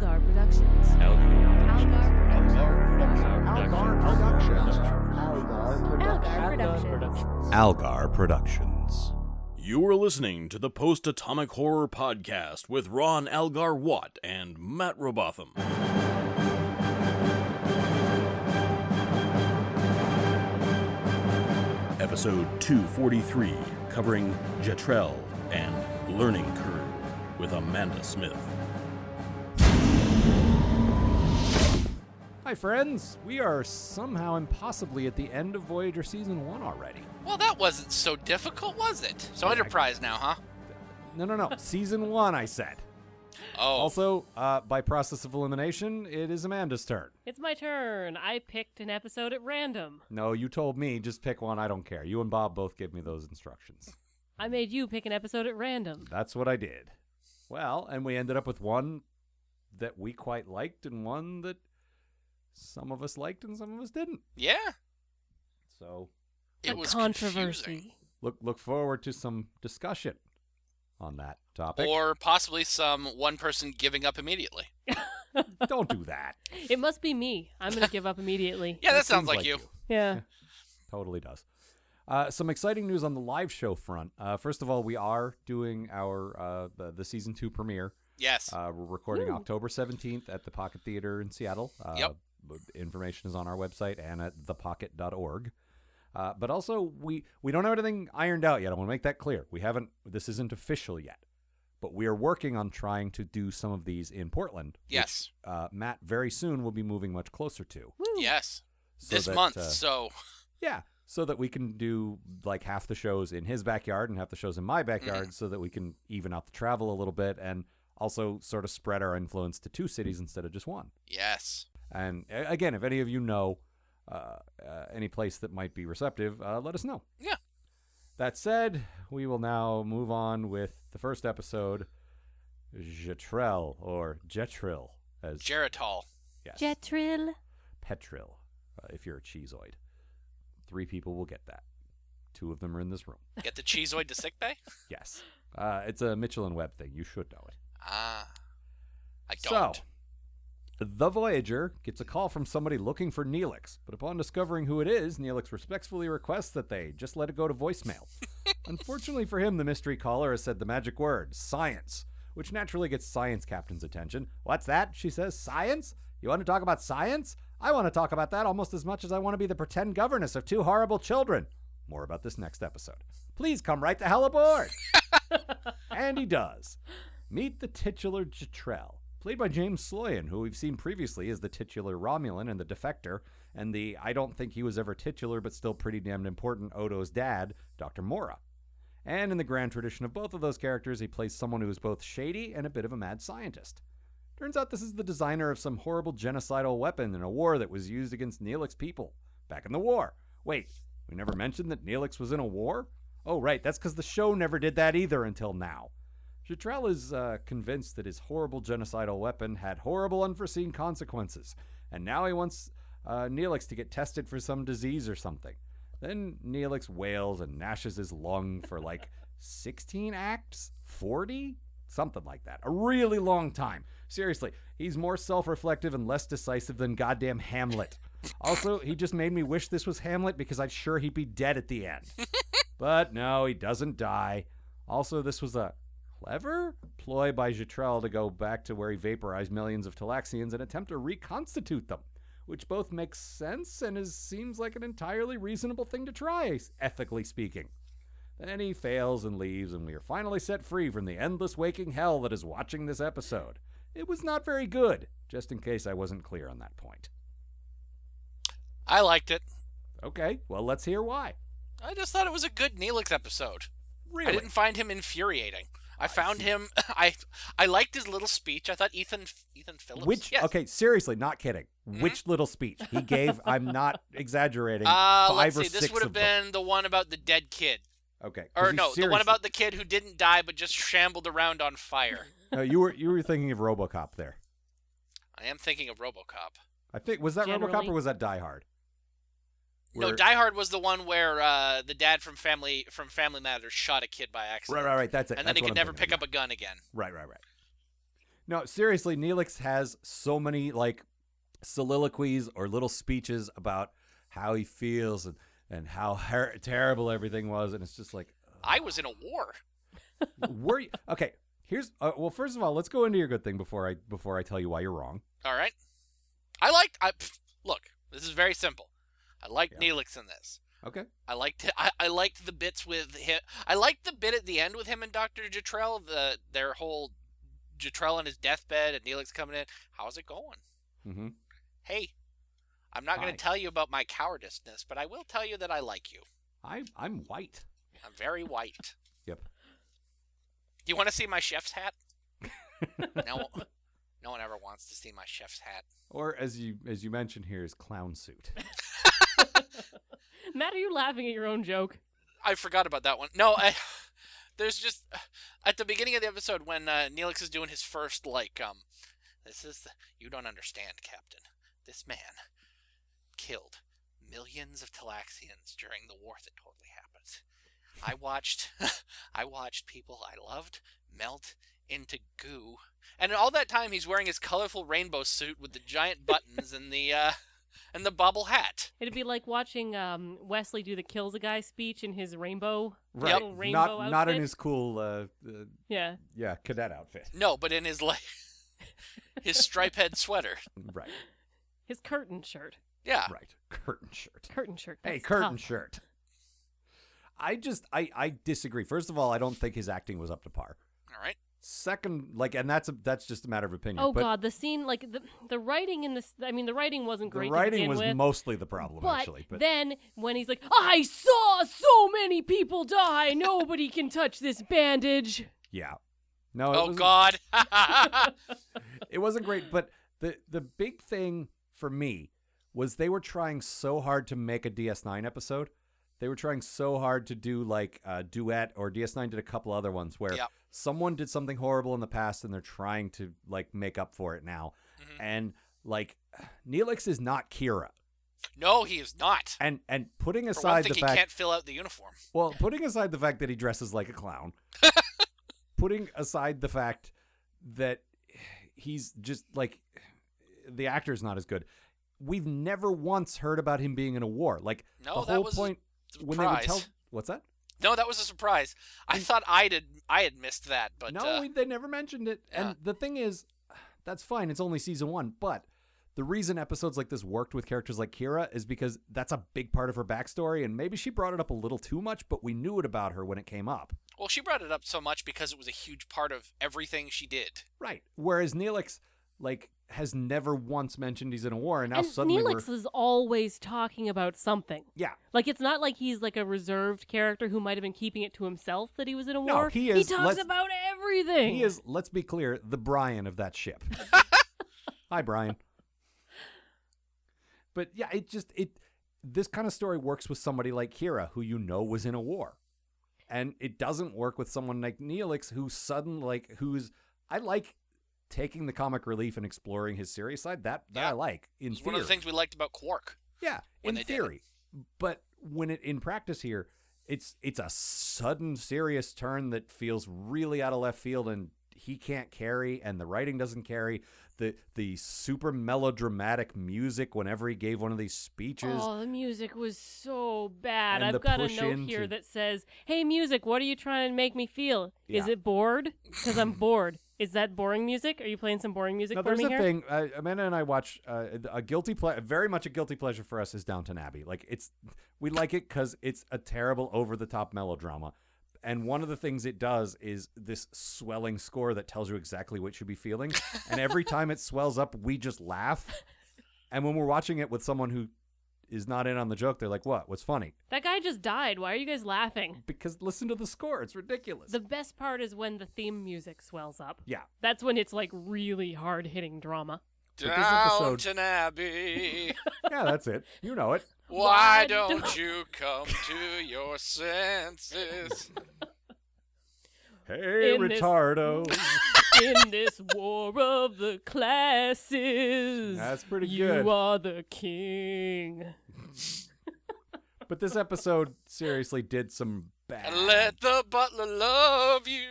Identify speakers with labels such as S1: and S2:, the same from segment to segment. S1: Productions. Algar
S2: Algar Productions.
S1: Productions.
S3: Algar Productions.
S4: You are listening to the Post Atomic Horror Podcast with Ron Algar Watt and Matt Robotham. Episode 243, covering Jetrell and Learning Curve with Amanda Smith.
S5: Hi, friends. We are somehow impossibly at the end of Voyager Season 1 already.
S6: Well, that wasn't so difficult, was it? So Enterprise now, huh?
S5: No, no, no. season 1, I said.
S6: Oh,
S5: Also, uh, by process of elimination, it is Amanda's turn.
S7: It's my turn. I picked an episode at random.
S5: No, you told me just pick one. I don't care. You and Bob both gave me those instructions.
S7: I made you pick an episode at random.
S5: That's what I did. Well, and we ended up with one that we quite liked and one that some of us liked and some of us didn't.
S6: yeah.
S5: So
S6: It
S7: a
S6: was
S7: controversy.
S6: confusing.
S5: look look forward to some discussion on that topic.
S6: Or possibly some one person giving up immediately.
S5: don't do that.
S7: It must be me. I'm gonna give up immediately.
S6: Yeah, that,
S5: That
S6: sounds
S5: seems
S6: like, you.
S7: Yeah.
S5: Totally does. Uh, some exciting news on the live show front. Uh, first of all, we are doing our uh, the, the season two premiere.
S6: Yes.
S5: Uh, we're recording October seventeenth at the Pocket Theater in Seattle. Uh,
S6: Yep.
S5: b- Information is on our website and at thepocket.org. Uh, but also, we we don't have anything ironed out yet. I want to make that clear. We haven't. This isn't official yet, but we are working on trying to do some of these in Portland. which,
S6: Yes.
S5: uh, Matt very soon will be moving much closer to.
S6: yes.
S5: so
S6: this
S5: that,
S6: month.
S5: uh,
S6: so
S5: yeah, so that we can do like half the shows in his backyard and half the shows in my backyard, so that we can even out the travel a little bit and also sort of spread our influence to two cities instead of just one.
S6: yes.
S5: And a- again, if any of you know uh, uh, any place that might be receptive, uh, let us know.
S6: Yeah.
S5: That said, we will now move on with the first episode, Jetrell or Jetril as
S6: Geritol.
S5: yes,
S7: Jetril.
S5: Petril, uh, if you're a cheeseoid. Three people will get that. Two of them are in this room.
S6: Get the cheeseoid to sick bay?
S5: Yes. Uh, it's a Mitchell and Webb thing. You should know it.
S6: Ah. I don't.
S5: So, the Voyager gets a call from somebody looking for Neelix, but upon discovering who it is, Neelix respectfully requests that they just let it go to voicemail. Unfortunately for him, the mystery caller has said the magic word, science, which naturally gets Science Captain's attention. What's that? She says, Science? You want to talk about science? I want to talk about that almost as much as I want to be the pretend governess of two horrible children. More about this next episode. Please come right the hell aboard! and he does. Meet the titular Jatrell, played by James Sloyan, who we've seen previously as the titular Romulan and the defector, and the I don't think he was ever titular but still pretty damned important Odo's dad, Dr. Mora. And in the grand tradition of both of those characters, he plays someone who is both shady and a bit of a mad scientist. Turns out this is the designer of some horrible genocidal weapon in a war that was used against Neelix people back in the war. Wait, we never mentioned that Neelix was in a war? Oh, right, that's because the show never did that either until now. Jatrell is uh, convinced that his horrible genocidal weapon had horrible unforeseen consequences, and now he wants uh, Neelix to get tested for some disease or something. Then Neelix wails and gnashes his lung for like 16 acts? 40? Something like that. A really long time. Seriously, he's more self reflective and less decisive than goddamn Hamlet. Also, he just made me wish this was Hamlet because I'm sure he'd be dead at the end. But no, he doesn't die. Also, this was a clever ploy by Jatrell to go back to where he vaporized millions of Talaxians and attempt to reconstitute them, which both makes sense and is seems like an entirely reasonable thing to try, ethically speaking. Then he fails and leaves, and we are finally set free from the endless waking hell that is watching this episode. It was not very good, just in case I wasn't clear on that point.
S6: I liked it.
S5: Okay, well, let's hear why.
S6: I just thought it was a good Neelix episode.
S5: Really?
S6: I didn't find him infuriating. I found him. I I liked his little speech. I thought Ethan Ethan Phillips.
S5: Which
S6: yes. Mm-hmm.
S5: okay, seriously, not kidding. Which little speech he gave? I'm not exaggerating.
S6: Uh,
S5: 5
S6: let's
S5: or
S6: see. This
S5: six
S6: would have
S5: of them.
S6: been the one about the dead kid,
S5: okay. 'cause
S6: or
S5: he
S6: no, the one
S5: seriously-
S6: about the kid who didn't die but just shambled around on fire.
S5: No, you were you were thinking of RoboCop there.
S6: I am thinking of RoboCop.
S5: I think was that RoboCop
S7: Generally.
S5: or was that Die Hard?
S6: No,
S5: Where-
S6: Die Hard was the one where uh, the dad from Family from Family Matters shot a kid by accident,
S5: Right, right, right. That's it.
S6: and then he
S5: That's what
S6: could
S5: I'm
S6: never
S5: thinking
S6: pick
S5: of.
S6: up a gun again.
S5: Right, right, right. No, seriously, Neelix has so many like soliloquies or little speeches about how he feels and and how her- terrible everything was, and it's just like,
S6: I was in a war.
S5: were you okay? Here's uh, well, first of all, let's go into your good thing before I before I tell you why you're wrong.
S6: All right. I liked. I pff, look. This is very simple. I liked Neelix in this.
S5: Okay,
S6: I liked. I, I liked the bits with him. I liked the bit at the end with him and Doctor Jatrell. The their whole Jatrell on his deathbed and Neelix coming in. How's it going?
S5: mm-hmm.
S6: Hey, I'm not going
S5: Hi.
S6: to tell you about my cowardiceness, but I will tell you that I like you.
S5: I I'm white.
S6: I'm very white.
S5: Yep.
S6: Do you want to see my chef's hat? no, no one ever wants to see my chef's hat.
S5: Or as you as you mentioned here is clown suit.
S7: Matt, are you laughing at your own joke?
S6: I forgot about that one. No, I, there's just at the beginning of the episode when uh, Neelix is doing his first like um, this is the, you don't understand, Captain. This man killed millions of Talaxians during the war that totally happened. I watched, I watched people I loved melt into goo, and all that time he's wearing his colorful rainbow suit with the giant buttons and the uh, and the bobble hat.
S7: It'd be like watching um, Wesley do the kills a guy speech in his rainbow,
S5: Right.
S7: little rainbow
S5: not
S7: outfit.
S5: not in his cool uh, uh
S7: yeah.
S5: yeah, cadet outfit.
S6: No, but in his like his stripe head sweater.
S5: Right.
S7: His curtain shirt.
S6: Yeah.
S5: Right. Curtain shirt.
S7: Curtain shirt.
S5: Hey,
S7: Ah. that's
S5: curtain
S7: tough.
S5: shirt. I just I I disagree. First of all, I don't think his acting was up to par.
S6: All right.
S5: Second, like, and that's a, that's just a matter of opinion.
S7: Oh
S5: but
S7: god, the scene like the the writing in this. I mean, the writing wasn't
S5: the
S7: great. to
S5: writing
S7: begin
S5: was
S7: with,
S5: mostly the problem
S7: but
S5: actually. But
S7: then when he's like, I saw so many people die. Nobody can touch this bandage.
S5: yeah, no, it
S6: Oh
S5: wasn't-
S6: God.
S5: it wasn't great. But the the big thing for me was they were trying so hard to make a DS9 episode. They were trying so hard to do like a duet, or DS9 did a couple other ones where
S6: Yep.
S5: someone did something horrible in the past and they're trying to like make up for it now.
S6: Mm-hmm.
S5: And like Neelix is not Kira,
S6: no, he is not.
S5: and and putting
S6: For one
S5: aside
S6: thing,
S5: the
S6: he
S5: fact
S6: can't fill out the uniform.
S5: Well, putting aside the fact that he dresses like a clown, putting aside the fact that he's just like the actor's not as good. We've never once heard about him being in a war. Like
S6: No,
S5: the
S6: that
S5: whole
S6: was a
S5: point when they would
S6: surprise.
S5: tell what's that?
S6: No, that was a surprise. I thought I did. I had missed that, but
S5: no,
S6: uh,
S5: we, they never mentioned it.
S6: yeah.
S5: And the thing is, that's fine. It's only season one, but. The reason episodes like this worked with characters like Kira is because that's a big part of her backstory, and maybe she brought it up a little too much, but we knew it about her when it came up.
S6: well, she brought it up so much because it was a huge part of everything she did.
S5: Right. Whereas Neelix, like, has never once mentioned he's in a war, and now
S7: and
S5: suddenly
S7: Neelix
S5: we're
S7: is always talking about something.
S5: yeah.
S7: Like it's not like he's like a reserved character who might have been keeping it to himself that he was in a
S5: No,
S7: war.
S5: he is-
S7: talks
S5: let's-
S7: about everything.
S5: He is. Let's be clear, the Brian of that ship. Hi, Brian. But yeah, it just it this kind of story works with somebody like Kira, who you know was in a war, and it doesn't work with someone like Neelix, who sudden like who's I like taking the comic relief and exploring his serious side. That that
S6: Yeah.
S5: I like. In
S6: It was one of the
S5: theory.
S6: things we liked about Quark.
S5: Yeah,
S6: when
S5: in
S6: they did it.
S5: theory, but when it in practice here, it's it's a sudden serious turn that feels really out of left field, and he can't carry, and the writing doesn't carry. The the super melodramatic music whenever he gave one of these speeches.
S7: Oh, the music was so bad.
S5: And the
S7: I've got a
S5: push
S7: note
S5: into-
S7: here that says, "Hey, music, what are you trying to make me feel? Is
S5: Yeah.
S7: it bored? Because I'm bored. Is that boring music? Are you playing some boring music
S5: Now
S7: for
S5: there's
S7: me
S5: a
S7: here?
S5: thing. Uh, Amanda and I watch uh, a guilty pleasure, very much a guilty pleasure for us is Downton Abbey. Like it's, we like it because it's a terrible over the top melodrama, and one of the things it does is this swelling score that tells you exactly what you be feeling, and every time it swells up, we just laugh, and when we're watching it with someone who is not in on the joke, they're like, "What? What's funny?"
S7: That guy just died. Why are you guys laughing?
S5: Because listen to the score; it's ridiculous.
S7: The best part is when the theme music swells up.
S5: yeah,
S7: That's when it's like really hard hitting drama.
S5: this episode-
S6: Downton Abbey,
S5: yeah, that's it. You know it.
S6: why
S7: Why
S6: don't
S7: don't-
S6: you come to your senses?
S5: Hey,
S7: In this-
S5: retardo.
S7: In this war of the classes,
S5: That's pretty
S7: you
S5: good.
S7: are the king.
S5: But this episode seriously did some bad.
S6: And let the butler love you.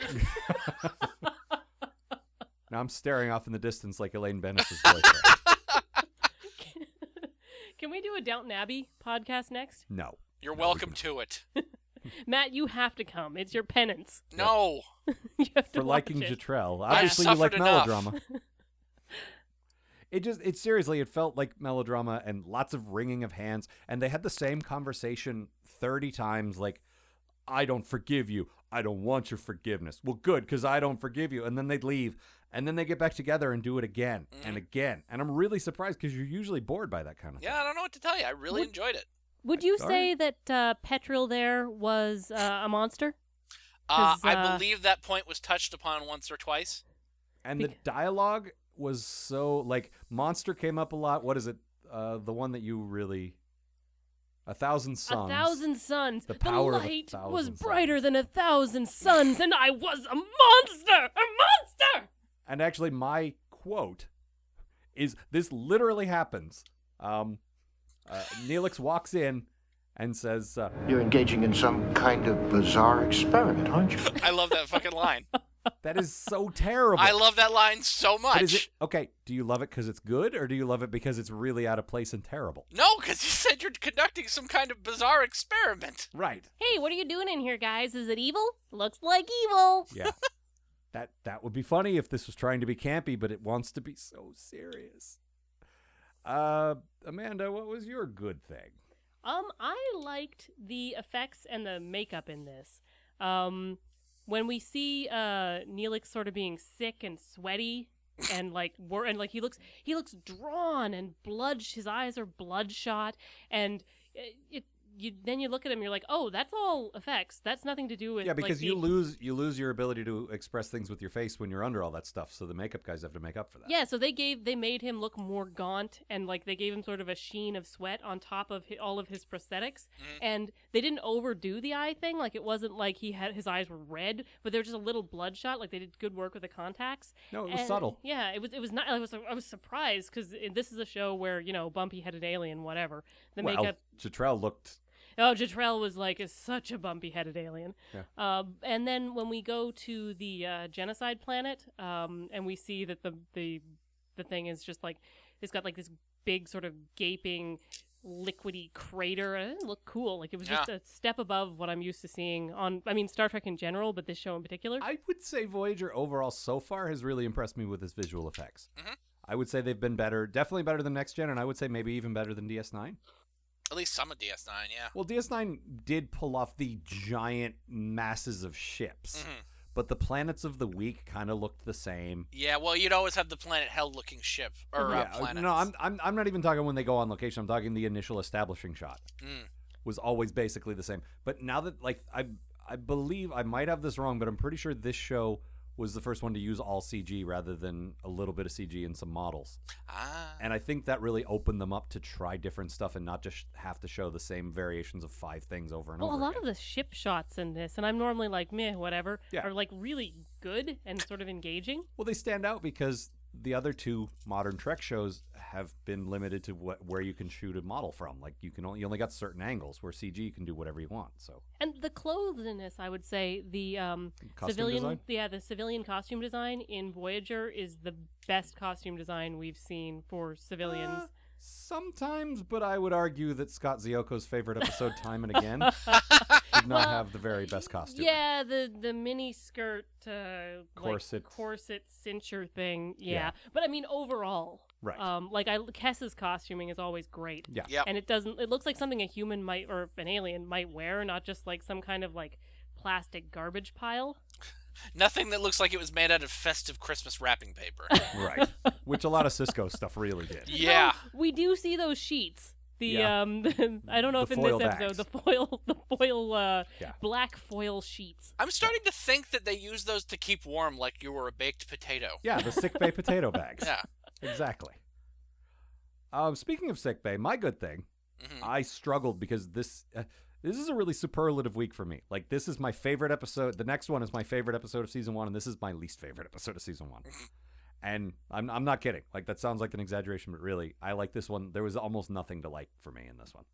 S5: Now I'm staring off in the distance like Elaine Bennis's boyfriend.
S7: Can we do a Downton Abbey podcast next?
S5: No.
S6: You're welcome to it.
S7: Matt, you have to come. It's your penance.
S6: No.
S7: You have to
S5: For liking
S7: watch it.
S5: Jatrell. Obviously you
S6: suffered
S5: like
S6: enough.
S5: melodrama. It just it seriously it felt like melodrama and lots of wringing of hands and they had the same conversation 30 times like I don't forgive you. I don't want your forgiveness. Well good cuz I don't forgive you and then they'd leave and then they get back together and do it again and again. And I'm really surprised cuz you're usually bored by that kind of
S6: Mm. Yeah, I don't know what to tell you. I really
S7: Would-
S6: enjoyed it.
S7: Would you
S5: All
S7: say that uh, Petril there was uh, a monster?
S6: Uh,
S7: 'Cause,
S6: I
S7: uh,
S6: believe that point was touched upon once or twice.
S5: and the
S7: Bec-
S5: dialogue was so like monster came up a lot what is it uh the one that you really a thousand suns
S7: A thousand suns.
S5: The power of a
S7: light was
S5: thousand
S7: brighter
S5: suns.
S7: than a thousand suns, and I was a monster! A monster!
S5: and actually my quote is this literally happens um uh, neelix walks in and says uh,
S2: You're engaging in some kind of bizarre experiment, aren't you?
S6: I love that fucking line.
S5: that is so terrible
S6: I love that line so
S5: But
S6: much.
S5: is it- okay do you love it because it's good or do you love it because it's really out of place and terrible
S6: No, because you said you're conducting some kind of bizarre experiment.
S5: right
S7: Hey, what are you doing in here, guys? Is it evil? Looks like evil.
S5: yeah that that would be funny if this was trying to be campy but it wants to be so serious uh amanda what was your good thing
S7: Um, I liked the effects and the makeup in this. Um, when we see uh Neelix sort of being sick and sweaty and like wor- and like he looks he looks drawn and blood his eyes are bloodshot and it, it you then you look at him you're like oh that's all effects that's nothing to do with
S5: yeah
S7: like,
S5: because you
S7: being-
S5: lose you lose your ability to express things with your face when you're under all that stuff so the makeup guys have to make up for that
S7: Yeah, so they gave they made him look more gaunt and like they gave him sort of a sheen of sweat on top of hi all of his prosthetics,
S5: Mm-hmm.
S7: and they didn't overdo the eye thing. Like it wasn't like he had his eyes were red, but they were just a little bloodshot. Like they did good work with the contacts.
S5: no it was
S7: And-
S5: subtle
S7: Yeah, it was it was not. I was I was surprised because this is a show where you know bumpy headed alien, whatever. The
S5: well
S7: makeup
S5: Jatrell looked
S7: Oh, Jatrell was like is such a bumpy-headed alien.
S5: Yeah.
S7: Um, and then when we go to the uh, genocide planet, um, and we see that the the the thing is just like it's got like this big sort of gaping liquidy crater. It didn't look cool. Like it was just a step above what I'm used to seeing on. I mean, Star Trek in general, but this show in particular.
S5: i would say voyager overall so far has really impressed me with its visual effects
S7: Mm-hmm.
S6: Mhm.
S5: i would say they've been better definitely better than next gen and i would say maybe even better than ds9
S6: At least some of DS9, yeah.
S5: Well, DS9 did pull off the giant masses of ships,
S7: Mm-hmm.
S6: Mhm.
S5: but the planets of the week kind of looked the same.
S6: Yeah, well, you'd always have the planet hell looking ship or uh,
S5: uh,
S6: planet.
S5: no, I'm, I'm I'm not even talking when they go on location. I'm talking the initial establishing shot
S6: Mm.
S5: was always basically the same. But now that like I I believe I might have this wrong, but I'm pretty sure this show was the first one to use all CG rather than a little bit of CG and some models.
S6: Ah,
S5: And I think that really opened them up to try different stuff and not just have to show the same variations of five things over and
S7: well, a
S5: over.
S7: lot
S5: again.
S7: of the ship shots in this, and I'm normally like meh, whatever,
S5: Yeah.
S7: are like really good and sort of engaging.
S5: Well, they stand out because the other two modern Trek shows have been limited to what where you can shoot a model from. Like you can only you only got certain angles where CG can do whatever you want. So
S7: And the clothedness, I would say, the um,
S5: Costume
S7: civilian,
S5: design?
S7: yeah, the civilian costume design in Voyager is the best costume design we've seen for civilians.
S5: Uh, sometimes, but I would argue that Scott Zioko's favorite episode, time and again, did not
S7: Well,
S5: have the very best costume.
S7: yeah, the the mini skirt, uh,
S5: Corset.
S7: like corset cincher thing. Yeah.
S5: Yeah.
S7: but I mean overall,
S5: Right.
S7: Um, like I Kess's costuming is always great.
S5: Yeah.
S6: Yep.
S7: and it doesn't. It looks like something a human might or an alien might wear, not just like some kind of like plastic garbage pile.
S6: nothing that looks like it was made out of festive Christmas wrapping paper.
S5: right. Which a lot of Cisco stuff really did.
S6: yeah.
S7: Though we do see those sheets. The
S5: Yeah.
S7: um, I don't know
S5: The
S7: if in this
S5: foiled
S7: episode
S5: axe.
S7: the foil, the foil, uh,
S5: Yeah.
S7: black foil sheets.
S6: I'm starting to think that they use those to keep warm like you were a baked potato.
S5: Yeah, the sick bay potato bags.
S6: Yeah.
S5: Exactly. Um, speaking of sick bay, my good thing,
S6: Mhm.
S5: I struggled because this uh, this is a really superlative week for me. Like this is my favorite episode. The next one is my favorite episode of season one, and this is my least favorite episode of season one.
S6: Mm-hmm.
S5: And I'm I'm not kidding. Like that sounds like an exaggeration, but really, I like this one. There was almost nothing to like for me in this one,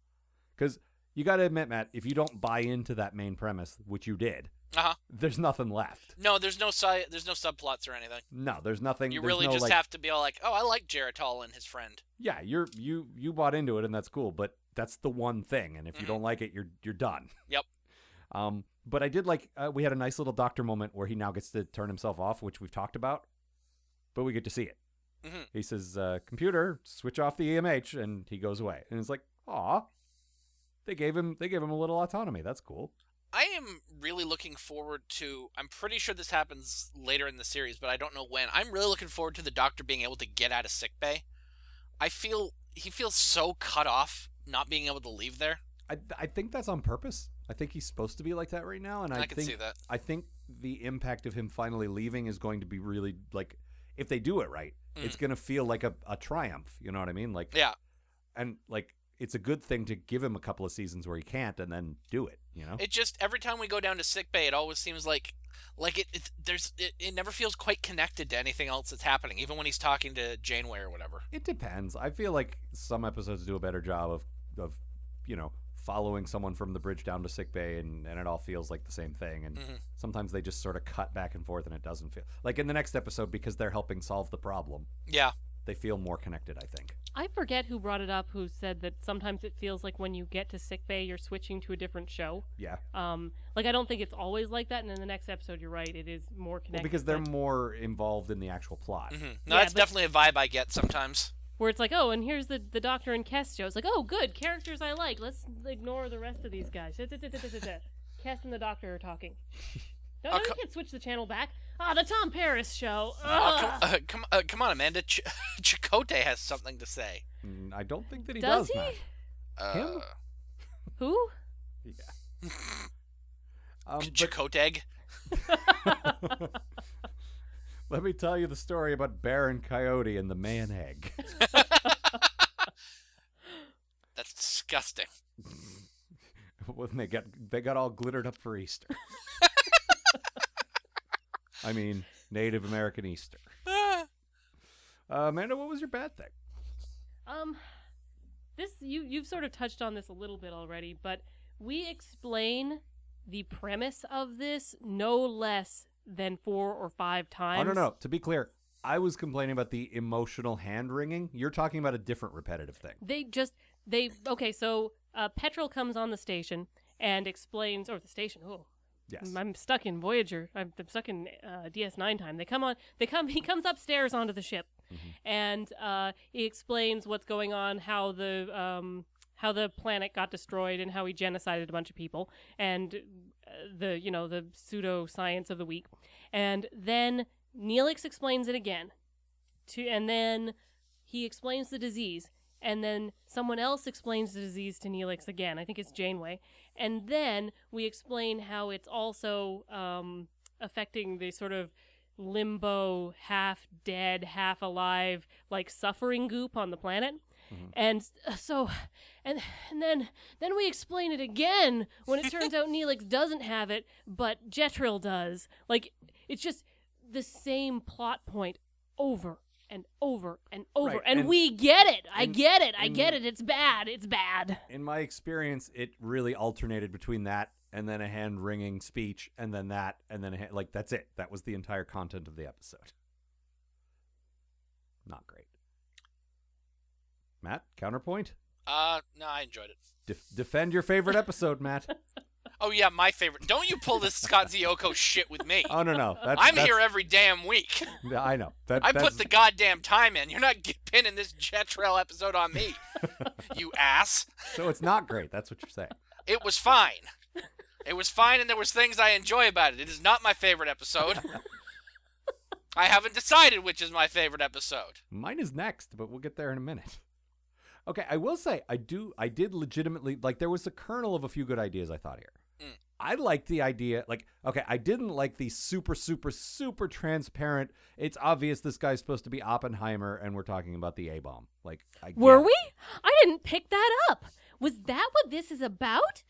S5: because you got to admit, Matt, if you don't buy into that main premise, which you did,
S6: Uh-huh.
S5: there's nothing left.
S6: No, there's no si- there's no subplots or anything.
S5: No, there's nothing.
S6: You
S5: there's
S6: really
S5: no,
S6: just
S5: like-
S6: have to be all like, "Oh, I like Geritol and his friend."
S5: Yeah, you're you you bought into it, and that's cool. But that's the one thing, and if you
S6: Mhm.
S5: don't like it, you're you're done.
S6: Yep.
S5: Um, but I did like uh, we had a nice little doctor moment where he now gets to turn himself off, which we've talked about, but we get to see it.
S6: Mhm.
S5: He says, uh, "Computer, switch off the EMH," and he goes away, and it's like, "Aw." They gave him they gave him a little autonomy. That's cool.
S6: I am really looking forward to. I'm pretty sure this happens later in the series, but I don't know when. I'm really looking forward to the Doctor being able to get out of sick bay. I feel he feels so cut off not being able to leave there.
S5: I I think that's on purpose. I think he's supposed to be like that right now, and I,
S6: I can
S5: think
S6: see that.
S5: I think the impact of him finally leaving is going to be really like if they do it right, it's going to feel like a, a triumph. You know what I mean? Like
S6: Mm. Yeah.
S5: and like it's a good thing to give him a couple of seasons where he can't and then do it. You know?
S6: It just every time we go down to sick bay, it always seems like like it, it there's it, it never feels quite connected to anything else that's happening, even when he's talking to Janeway or whatever.
S5: It depends. I feel like some episodes do a better job of of you know following someone from the bridge down to sick bay and, and it all feels like the same thing and
S6: Mhm.
S5: sometimes they just sort of cut back and forth and it doesn't feel like in the next episode because they're helping solve the problem
S6: Yeah.
S5: they feel more connected i think
S7: I forget who brought it up who said that sometimes it feels like when you get to sickbay you're switching to a different show.
S5: yeah
S7: Um like I don't think it's always like that and in the next episode you're right it is more
S5: Well,
S7: connected.
S5: because they're
S7: but-
S5: more involved in the actual plot.
S6: hmm No,
S7: Yeah,
S6: that's
S7: but-
S6: definitely a vibe I get sometimes.
S7: where it's like, "Oh, and here's the the Doctor and Kess show." It's like, "Oh, good, characters I like. Let's ignore the rest of these guys." Kess and the Doctor are talking. No, no,
S6: I'll
S7: we
S6: co-
S7: can't switch the channel back. Ah, the Tom Paris show.
S6: Oh, come,
S7: Ugh.
S6: uh, come, uh, come on, Amanda. Ch- Chicote has something to say.
S5: Mm, I don't think that he
S7: Does
S5: does,
S7: he?
S5: Matt.
S6: Uh,
S5: Him?
S7: Who?
S5: Yeah. um, but
S6: Chakotay?
S5: let me tell you the story about Baron Coyote and the man egg.
S6: That's disgusting.
S5: when they got they got all glittered up for Easter. I mean, Native American Easter.
S6: Ah.
S5: Uh, Amanda, what was your bad thing?
S7: Um, this you you've sort of touched on this a little bit already, but we explain the premise of this no less than four or five times.
S5: Oh no, no. To be clear, I was complaining about the emotional hand wringing. You're talking about a different repetitive thing.
S7: They just they okay. So uh, Petrol comes on the station and explains, or the station. Oh,
S5: Yes.
S7: I'm stuck in Voyager. I'm, I'm stuck in uh, DS9 time. They come on. They come. He comes upstairs onto the ship, and uh, he explains what's going on, how the um, how the planet got destroyed, and how he genocided a bunch of people, and uh, the you know the pseudoscience of the week, and then Neelix explains it again, to and then he explains the disease, and then someone else explains the disease to Neelix again. I think it's Janeway, and then we explain how it's also um, affecting the sort of limbo, half dead, half alive, like suffering goop on the planet. And s- uh, so, and and then then we explain it again when it turns out Neelix doesn't have it, but Jetril does. Like it's just the same plot point over and over and over,
S5: Right,
S7: and,
S5: and-
S7: we get it. I
S5: and-
S7: get it. I get
S5: and-
S7: it. It's bad. It's bad.
S5: in my experience, it really alternated between that and then a hand wringing speech, and then that, and then a hand, like that's it. That was the entire content of the episode. Not great. Matt, counterpoint.
S6: Uh, no, I enjoyed it.
S5: Def- defend your favorite episode, Matt.
S6: Oh yeah, my favorite. Don't you pull this Scott Zioko shit with me?
S5: Oh no, no, that's,
S6: I'm
S5: that's-
S6: here every damn week.
S5: Yeah, I know. That,
S6: I
S5: that's-
S6: put the goddamn time in. You're not g- pinning this jet trail episode on me, you ass.
S5: so it's not great. That's what you're saying.
S6: It was fine. It was fine, and there was things I enjoy about it. It is not my favorite episode. I haven't decided which is my favorite episode.
S5: Mine is next, but we'll get there in a minute. Okay, I will say I do I did legitimately like there was a kernel of a few good ideas I thought here.
S6: Mm.
S5: I liked the idea like okay, I didn't like the super super super transparent. It's obvious this guy's supposed to be Oppenheimer and we're talking about the A bomb. Like I get
S7: Were
S5: it.
S7: we? I didn't pick that up. Was that what this is about?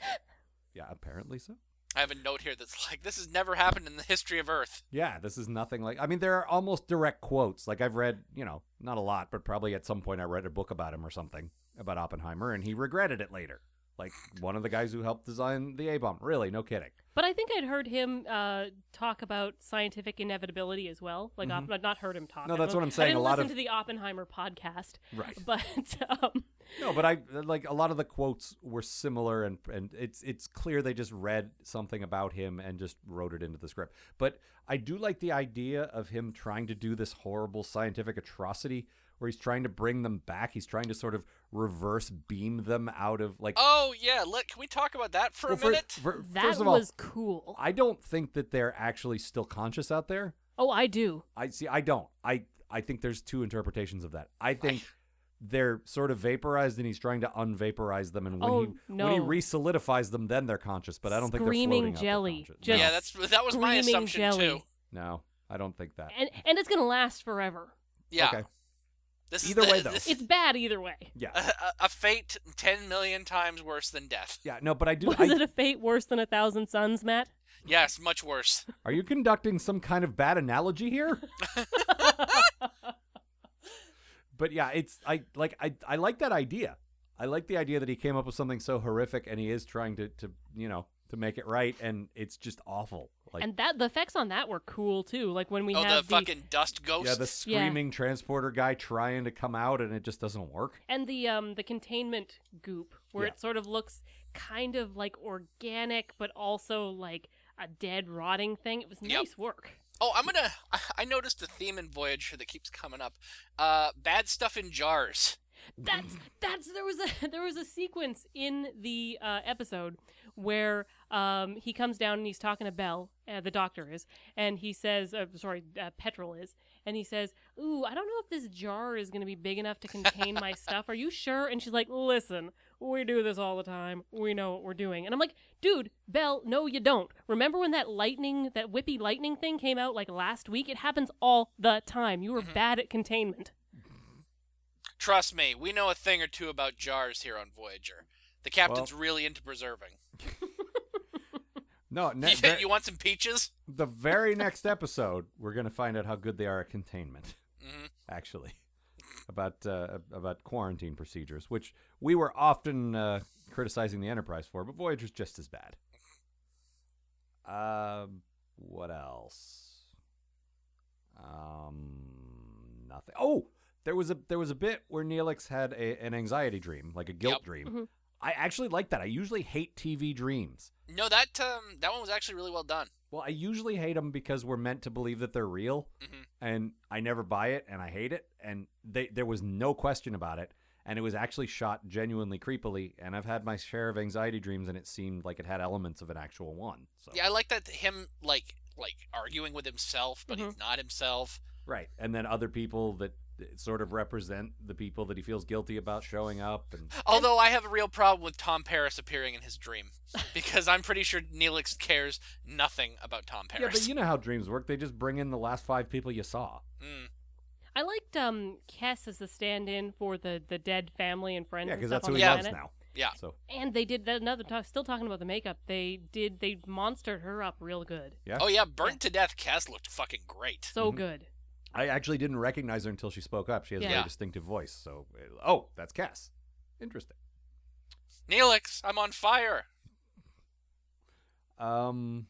S5: Yeah, apparently so.
S6: I have a note here that's like, this has never happened in the history of Earth.
S5: Yeah, this is nothing like I mean there are almost direct quotes. Like I've read, you know, not a lot, but probably at some point I read a book about him or something about Oppenheimer and he regretted it later. Like one of the guys who helped design the A bomb. Really, no kidding.
S7: But I think I'd heard him uh, talk about scientific inevitability as well. Like, Oppen- not heard him talk.
S5: Mm-hmm. No,
S7: I
S5: that's
S7: don't-
S5: what I'm saying.
S7: I didn't
S5: A lot
S7: listen
S5: of-
S7: to the Oppenheimer podcast,
S5: Right.
S7: but um,
S5: No, but I like a lot of the quotes were similar, and and it's it's clear they just read something about him and just wrote it into the script. But I do like the idea of him trying to do this horrible scientific atrocity where he's trying to bring them back. He's trying to sort of reverse beam them out of like.
S6: Oh yeah, let can we talk about that for
S5: Well,
S6: a
S5: fir-
S6: minute?
S5: fir-
S7: that
S5: first of all,
S7: was cool.
S5: I don't think that they're actually still conscious out there.
S7: Oh, I do.
S5: I see. I don't. I I think there's two interpretations of that. I think they're sort of vaporized, and he's trying to unvaporize them. And when
S7: Oh,
S5: he when he
S7: no.
S5: re-solidifies them, then they're conscious. But I don't think
S7: Screaming
S5: they're floating out,
S7: jelly.
S5: They're conscious.
S7: Just-
S6: yeah, that's that was my
S7: Screaming
S6: assumption
S7: jelly.
S6: too.
S5: no, no, I don't think that.
S7: And and it's gonna last forever.
S6: Yeah.
S5: Okay.
S6: This
S5: Either
S6: is the,
S5: way, though.
S6: this is
S7: It's bad either way.
S5: Yeah.
S6: a, a- a fate ten million times worse than death.
S5: Yeah. No, but I do.
S7: Was
S5: I,
S7: it a fate worse than a thousand suns, Matt?
S6: Yes, much worse.
S5: are you conducting some kind of bad analogy here? but yeah, it's I like I I like that idea. I like the idea that he came up with something so horrific, and he is trying to to you know to make it right, and it's just awful. Like
S7: and that the effects on that were cool too. Like when we
S6: oh,
S7: had
S6: the, fucking dust ghost.
S5: Yeah, the screaming transporter guy trying to come out and it just doesn't work.
S7: and the um the containment goop where
S5: Yeah.
S7: it sort of looks kind of like organic but also like a dead rotting thing. It was
S6: Yep.
S7: nice work.
S6: Oh, I'm gonna. I, I noticed a theme in Voyager that keeps coming up. Uh, bad stuff in jars.
S7: That's that's there was a there was a sequence in the uh, episode where um he comes down and he's talking to Bell, uh, the doctor is, and he says, uh, sorry, uh, Petrol is, and he says, "Ooh, I don't know if this jar is going to be big enough to contain my stuff. Are you sure?" And she's like, "Listen, we do this all the time. We know what we're doing." And I'm like, "Dude, Bell, no, you don't. Remember when that lightning, that whippy lightning thing came out like last week? It happens all the time. You were bad at containment."
S6: Trust me, we know a thing or two about jars here on Voyager. The captain's really into preserving.
S5: No, ne-
S6: You-
S5: ver-
S6: you want some peaches?
S5: the very next episode, we're going to find out how good they are at containment, actually, about uh, about quarantine procedures, which we were often uh, criticizing the Enterprise for, but Voyager's just as bad. Um, what else? Um, nothing. Oh, there was a there was a bit where Neelix had a, an anxiety dream, like a guilt
S6: Yep.
S5: dream. I actually like that. I usually hate TV dreams.
S6: No, that um, that one was actually really well done.
S5: Well, I usually hate them because we're meant to believe that they're real,
S6: Mm-hmm.
S5: and I never buy it, and I hate it. And they, there was no question about it, and it was actually shot genuinely creepily. And I've had my share of anxiety dreams, and it seemed like it had elements of an actual one. So
S6: Yeah, I like that him like like arguing with himself, but
S5: Mm-hmm.
S6: he's not himself.
S5: right, and then other people that that sort of represent the people that he feels guilty about showing up, and
S6: Although I have a real problem with Tom Paris appearing in his dream, because I'm pretty sure Neelix cares nothing about Tom
S5: yeah,
S6: Paris.
S5: but you know how dreams work. They just bring in the last five people you saw.
S6: Mm.
S7: I liked um Kess as the stand-in for the the dead family and friends.
S5: Yeah,
S7: because
S5: because that's who
S7: on
S5: he
S7: the
S5: loves
S7: planet.
S5: now.
S6: Yeah.
S5: So
S7: And they did that another talk. Still talking about the makeup. They did. They monstered her up real good.
S5: yeah,
S6: Oh yeah, burnt to death. Cass looked fucking great.
S5: Mm-hmm.
S7: So good.
S5: I actually didn't recognize her until she spoke up. She has a
S7: Yeah.
S5: very distinctive voice. So, uh, oh, that's Cass. Interesting.
S6: Neelix, I'm on fire.
S5: Um,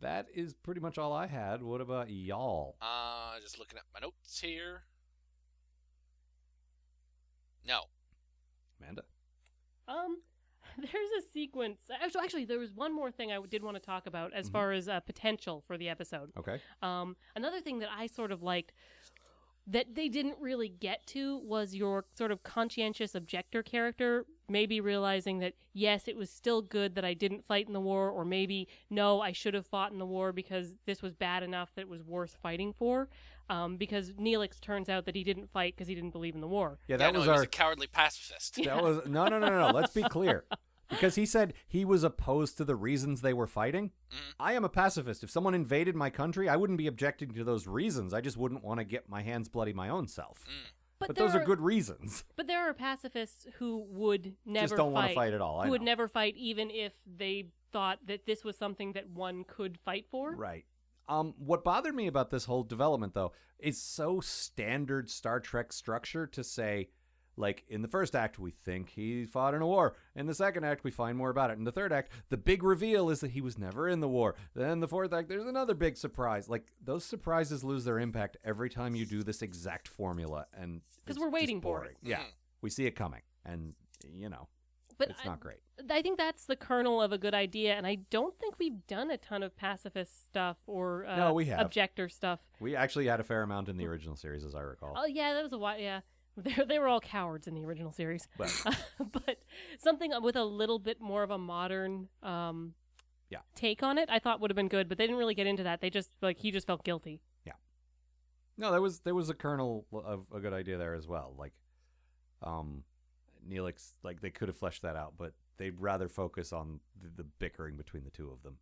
S5: that is pretty much all I had. What about y'all?
S6: Uh, just looking at my notes here. No.
S5: Amanda.
S7: Um, there's a sequence. Actually, actually, there was one more thing I did want to talk about as
S5: Mm-hmm.
S7: far as uh, potential for the episode.
S5: Okay.
S7: Um, another thing that I sort of liked that they didn't really get to was your sort of conscientious objector character maybe realizing that yes it was still good that i didn't fight in the war or maybe no i should have fought in the war because this was bad enough that it was worth fighting for um, because neelix turns out that he didn't fight because he didn't believe in the war
S5: Yeah, that
S6: yeah, no,
S5: was
S6: he
S5: our.
S6: was a cowardly pacifist.
S5: that was no, no, no, no, no. Let's be clear, because he said he was opposed to the reasons they were fighting. I am a pacifist. If someone invaded my country, I wouldn't be objecting to those reasons. I just wouldn't want to get my hands bloody my own self. But,
S7: there
S5: those are good reasons.
S7: but there are pacifists who would never
S5: don't wanna
S7: fight,
S5: fight at all, I
S7: who would
S5: know.
S7: never fight even if they thought that this was something that one could fight for
S5: Right. Um, what bothered me about this whole development, though, is so standard Star Trek structure to say, Like in the first act, we think he fought in a war. In the second act, we find more about it. In the third act, the big reveal is that he was never in the war. Then the fourth act, there's another big surprise. Like those surprises lose their impact every time you do this exact formula, and
S7: 'Cause
S5: it's
S7: we're
S5: just
S7: waiting for
S5: boring.
S6: it.
S5: Yeah,
S6: Mhm.
S5: we see it coming, and you know,
S7: But
S5: it's
S7: I-
S5: not great.
S7: I think that's the kernel of a good idea, and I don't think we've done a ton of pacifist stuff or uh,
S5: No, we have.
S7: objector stuff.
S5: We actually had a fair amount in the original series, as I recall.
S7: Oh yeah, that was a while. Yeah, they they were all cowards in the original series,
S5: Well.
S7: but something with a little bit more of a modern um,
S5: Yeah.
S7: take on it, I thought would have been good. But they didn't really get into that. They just like he just felt guilty.
S5: No, there was there was a kernel of a good idea there as well. Like, um, Neelix, like they could have fleshed that out, but they'd rather focus on the, the bickering between the two of them.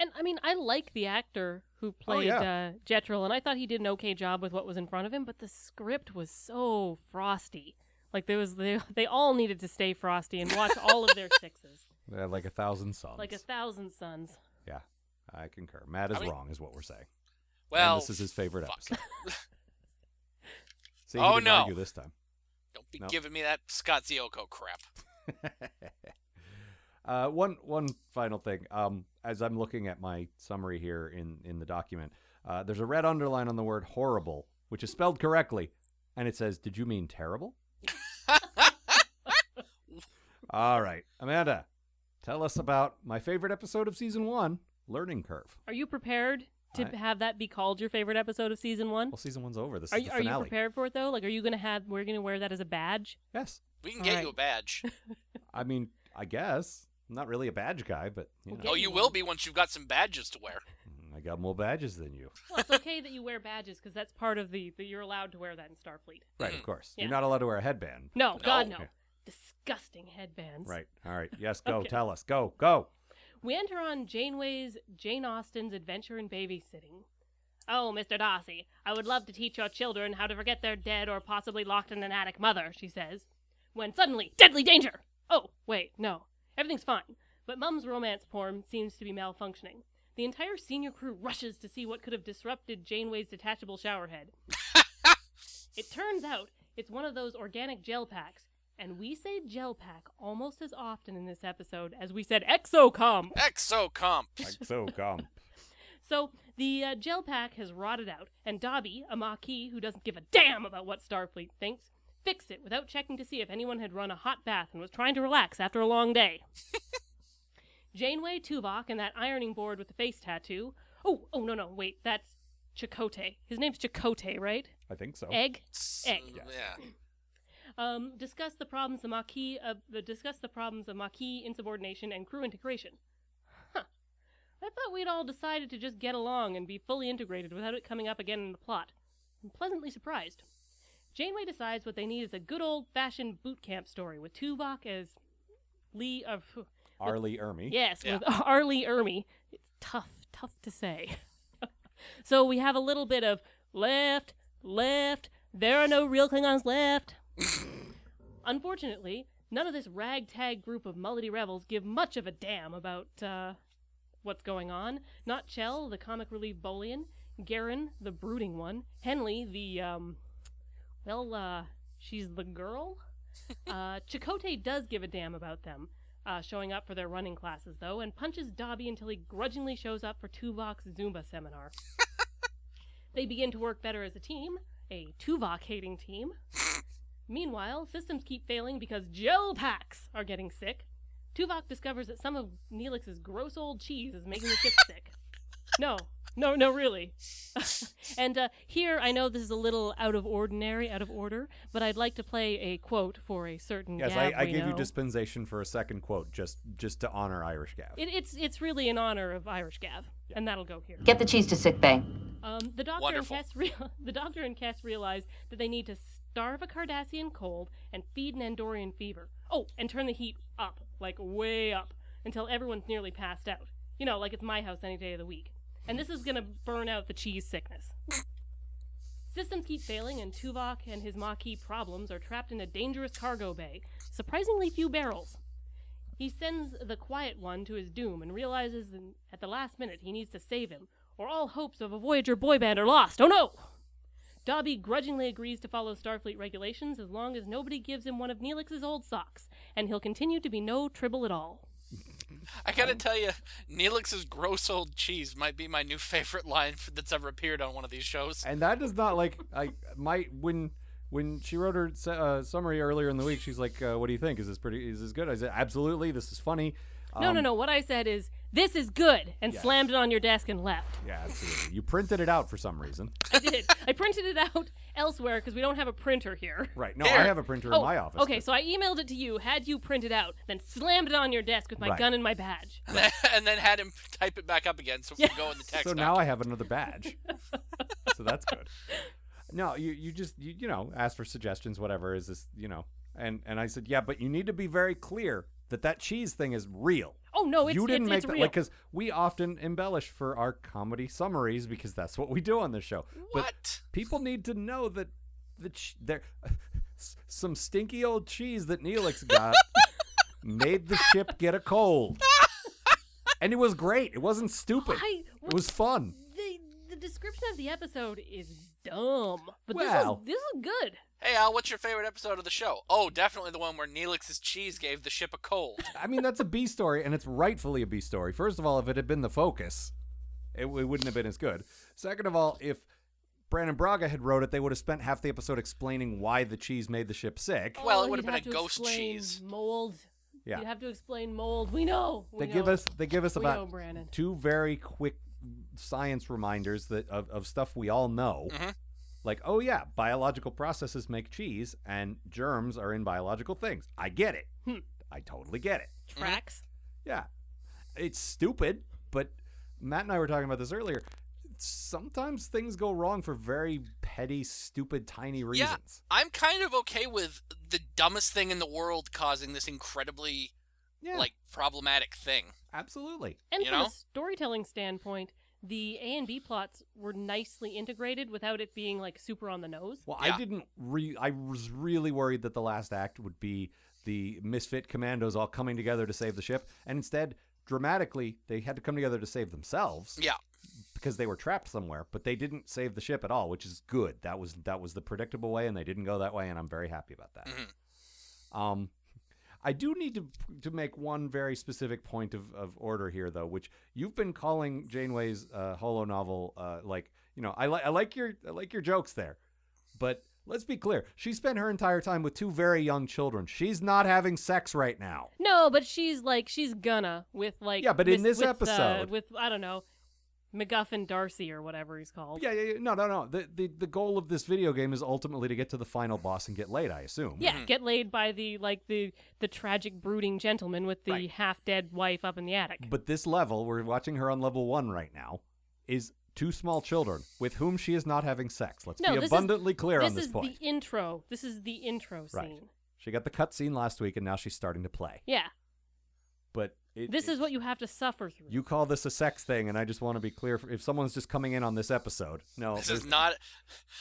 S7: And I mean, I like the actor who
S5: Oh,
S7: played uh, Jetril, and I thought he did an okay job with what was in front of him. But the script was so frosty. Like there was, they, they all needed to stay frosty and watch all of their sixes,
S5: They had like a thousand songs.
S7: like a thousand suns.
S5: yeah, I concur. Matt is
S6: I mean-
S5: wrong, is what we're saying.
S6: Well,
S5: and this is his favorite
S6: fuck.
S5: episode. See, he
S6: Oh,
S5: didn't
S6: no.
S5: argue this time.
S6: Don't be
S5: No.
S6: giving me that Scott Zioko crap.
S5: Uh, one one final thing. Um, as I'm looking at my summary here in in the document, uh, there's a red underline on the word horrible, which is spelled correctly, and it says, "Did you mean terrible?" All right, Amanda, tell us about my favorite episode of season one, Learning Curve.
S7: Are you prepared to
S5: I-
S7: have that be called your favorite episode of season one?
S5: Well, season one's over. This
S7: Are
S5: is
S7: you,
S5: the
S7: are you
S5: finale.
S7: prepared for it though? Like, are you gonna have? We're gonna wear that as a badge.
S5: Yes,
S6: We can
S7: All
S6: get
S7: right.
S6: you a badge.
S5: I mean, I guess I'm not really a badge guy, but you
S7: We'll
S5: know, mm,
S7: Get
S6: oh,
S7: you
S6: you
S7: one.
S6: will be once you've got some badges to wear.
S5: I got more badges than you.
S7: Well, it's okay that you wear badges because that's part of the that you're allowed to wear that in Starfleet.
S5: Right, of course.
S7: Mm-hmm. Yeah.
S5: You're not allowed to wear a headband.
S7: No, God no.
S5: Yeah.
S7: Disgusting headbands.
S5: Right. All right. Yes, go.
S7: Okay.
S5: Tell us. Go. Go.
S7: We enter on Janeway's Jane Austen's adventure in babysitting. Oh, Mr. Darcy, I would love to teach your children how to forget their dead or possibly locked in an attic mother, she says. When suddenly, deadly danger! Oh, wait, no. Everything's fine. But Mum's romance porn seems to be malfunctioning. The entire senior crew rushes to see what could have disrupted Janeway's detachable showerhead. it turns out it's one of those organic gel packs, and we say gel pack almost as often in this episode as we said exocom
S6: Exo comp.
S5: Like so. Come.
S7: so the uh, gel pack has rotted out, and Dobby, a Maquis who doesn't give a damn about what Starfleet thinks, fixed it without checking to see if anyone had run a hot bath and was trying to relax after a long day. Janeway, Tuvok, and that ironing board with the face tattoo. Oh, oh no, no, wait, that's Chakotay. His name's Chakotay, right?
S5: I think so.
S7: Egg.
S6: S-
S7: Egg.
S6: Yeah.
S7: Um, discuss the problems of Maquis of the discuss the problems of Maquis insubordination and crew integration. Huh. I thought we'd all decided to just get along and be fully integrated without it coming up again in the plot. I'm pleasantly surprised. Janeway decides what they need is a good old fashioned boot camp story with Tuvok as Lee of
S5: Arlie Ermy.
S7: Yes,
S6: Yeah.
S7: with Arlie Ermy. It's tough, tough to say. so we have a little bit of left, left. There are no real Klingons left. Unfortunately, none of this ragtag group of mullety rebels give much of a damn about uh, what's going on. Not Chell, the comic relief Bolian, Garen, the brooding one, Henley, the um, well, uh, she's the girl. uh, Chakotay does give a damn about them, uh, showing up for their running classes though, and punches Dobby until he grudgingly shows up for Tuvok's Zumba seminar. they begin to work better as a team, a Tuvok hating team. Meanwhile, systems keep failing because gel packs are getting sick. Tuvok discovers that some of Neelix's gross old cheese is making the ship sick. No, no, no, really. and uh, here, I know this is a little out of ordinary, out of order, but I'd like to play a quote for a certain.
S5: Yes,
S7: Gab
S5: I, I
S7: we
S5: gave you
S7: know.
S5: dispensation for a second quote just just to honor Irish Gav.
S7: It, it's it's really in honor of Irish Gav, and that'll go here.
S8: Get the cheese to sick bay.
S7: Um, the doctor
S6: Wonderful.
S7: and Cass real- the doctor and Cass realize that they need to starve a Cardassian cold and feed an Andorian fever. Oh, and turn the heat up, like way up, until everyone's nearly passed out. You know, like it's my house any day of the week. And this is gonna burn out the cheese sickness. Systems keep failing, and Tuvok and his Maquis problems are trapped in a dangerous cargo bay. Surprisingly few barrels. He sends the quiet one to his doom and realizes in- at the last minute he needs to save him, or all hopes of a Voyager boy band are lost. Oh no! Dobby grudgingly agrees to follow Starfleet regulations as long as nobody gives him one of Neelix's old socks, and he'll continue to be no Tribble at all.
S6: I
S5: Um,
S6: gotta tell you, Neelix's gross old cheese might be my new favorite line f- that's ever appeared on one of these shows.
S5: And that is not like I my when when she wrote her se- uh, summary earlier in the week. She's like, uh, "What do you think? Is this pretty? Is this good?" I said, "Absolutely. This is funny."
S7: no,
S5: Um,
S7: no, no. What I said is, this is good, and
S5: Yes.
S7: slammed it on your desk and left.
S5: Yeah, absolutely. You printed it out for some reason.
S7: I did. I printed it out elsewhere because we don't have a printer here.
S5: Right. No, I
S6: There.
S5: have a printer in my office.
S7: Oh, okay.
S5: but-
S7: So I emailed it to you, had you print it out, then slammed it on your desk with my
S5: Right.
S7: gun and my badge.
S6: and then had him type it back up again so we can go in the text.
S5: so now I have another badge. so that's good. No, you you just you, you know ask for suggestions, whatever. Is this you know? And and I said, yeah, but you need to be very clear that that cheese thing is real.
S7: Oh no, it's
S5: you didn't
S7: it's,
S5: make
S7: it's
S5: that
S7: real.
S5: like because we often embellish for our comedy summaries because that's what we do on this show. But
S6: what?
S5: people need to know that the ch- there s- some stinky old cheese that Neelix got made the ship get a cold, and it was great. It wasn't stupid.
S7: I-
S5: it was fun.
S7: the the description of the episode is dumb, but
S5: Well.
S7: this is this is good.
S6: Hey Al, what's your favorite episode of the show? Oh, definitely the one where Neelix's cheese gave the ship a cold.
S5: I mean, that's a B story, and it's rightfully a B story. First of all, if it had been the focus, it, it wouldn't have been as good. Second of all, if Brandon Braga had wrote it, they would have spent half the episode explaining why the cheese made the ship sick.
S6: Well, it
S7: Oh,
S6: would
S7: you'd
S6: have been
S7: to
S6: a ghost
S7: explain
S6: cheese.
S7: Mold.
S5: Yeah.
S7: You'd have to explain mold. We know. We
S5: They
S7: know.
S5: give us they give us
S7: We
S5: about
S7: know, Brandon.
S5: two very quick science reminders that of, of stuff we all know.
S6: Mm-hmm.
S5: Like, oh yeah, biological processes make cheese, and germs are in biological things. I get it.
S7: Hmm.
S5: I totally get it.
S6: Mm-hmm.
S7: tracks.
S5: Yeah. It's stupid, but Matt and I were talking about this earlier. Sometimes things go wrong for very petty, stupid, tiny
S6: yeah,
S5: reasons.
S6: I'm kind of okay with the dumbest thing in the world causing this incredibly
S5: Yeah.
S6: like problematic thing.
S5: absolutely.
S7: And
S6: You
S7: from
S6: know?
S7: a storytelling standpoint, the A and B plots were nicely integrated without it being like super on the nose.
S5: Well, I
S6: Yeah.
S5: didn't re I was really worried that the last act would be the misfit commandos all coming together to save the ship, and instead, dramatically, they had to come together to save themselves
S6: Yeah.
S5: because they were trapped somewhere, but they didn't save the ship at all, which is good. That was that was the predictable way, and they didn't go that way, and I'm very happy about that. Um, I do need to to make one very specific point of, of order here, though, which you've been calling Janeway's uh, Hollow novel uh, like you know I like I like your I like your jokes there, but let's be clear, she spent her entire time with two very young children. She's not having sex right now.
S7: No, but she's like she's gonna with like
S5: Yeah, but in this
S7: with, uh,
S5: episode-
S7: with I don't know MacGuffin Darcy or whatever he's called.
S5: Yeah, yeah, yeah. no, no, no. The, the the goal of this video game is ultimately to get to the final boss and get laid. I assume.
S7: Yeah, get laid by the like the the tragic brooding gentleman with the
S5: Right.
S7: half dead wife up in the attic.
S5: But this level, we're watching her on level one right now, is two small children with whom she is not having sex. Let's
S7: No,
S5: be
S7: this is-
S5: abundantly clear
S7: this
S5: on this
S7: is
S5: point.
S7: the intro. This is the intro scene.
S5: Right. She got the cutscene last week, and now she's starting to play.
S7: Yeah,
S5: But it,
S7: this
S5: is
S7: is what you have to suffer through.
S5: you call this a sex thing, and I just want to be clear: if someone's just coming in on this episode, no,
S6: This
S5: there's,
S6: is not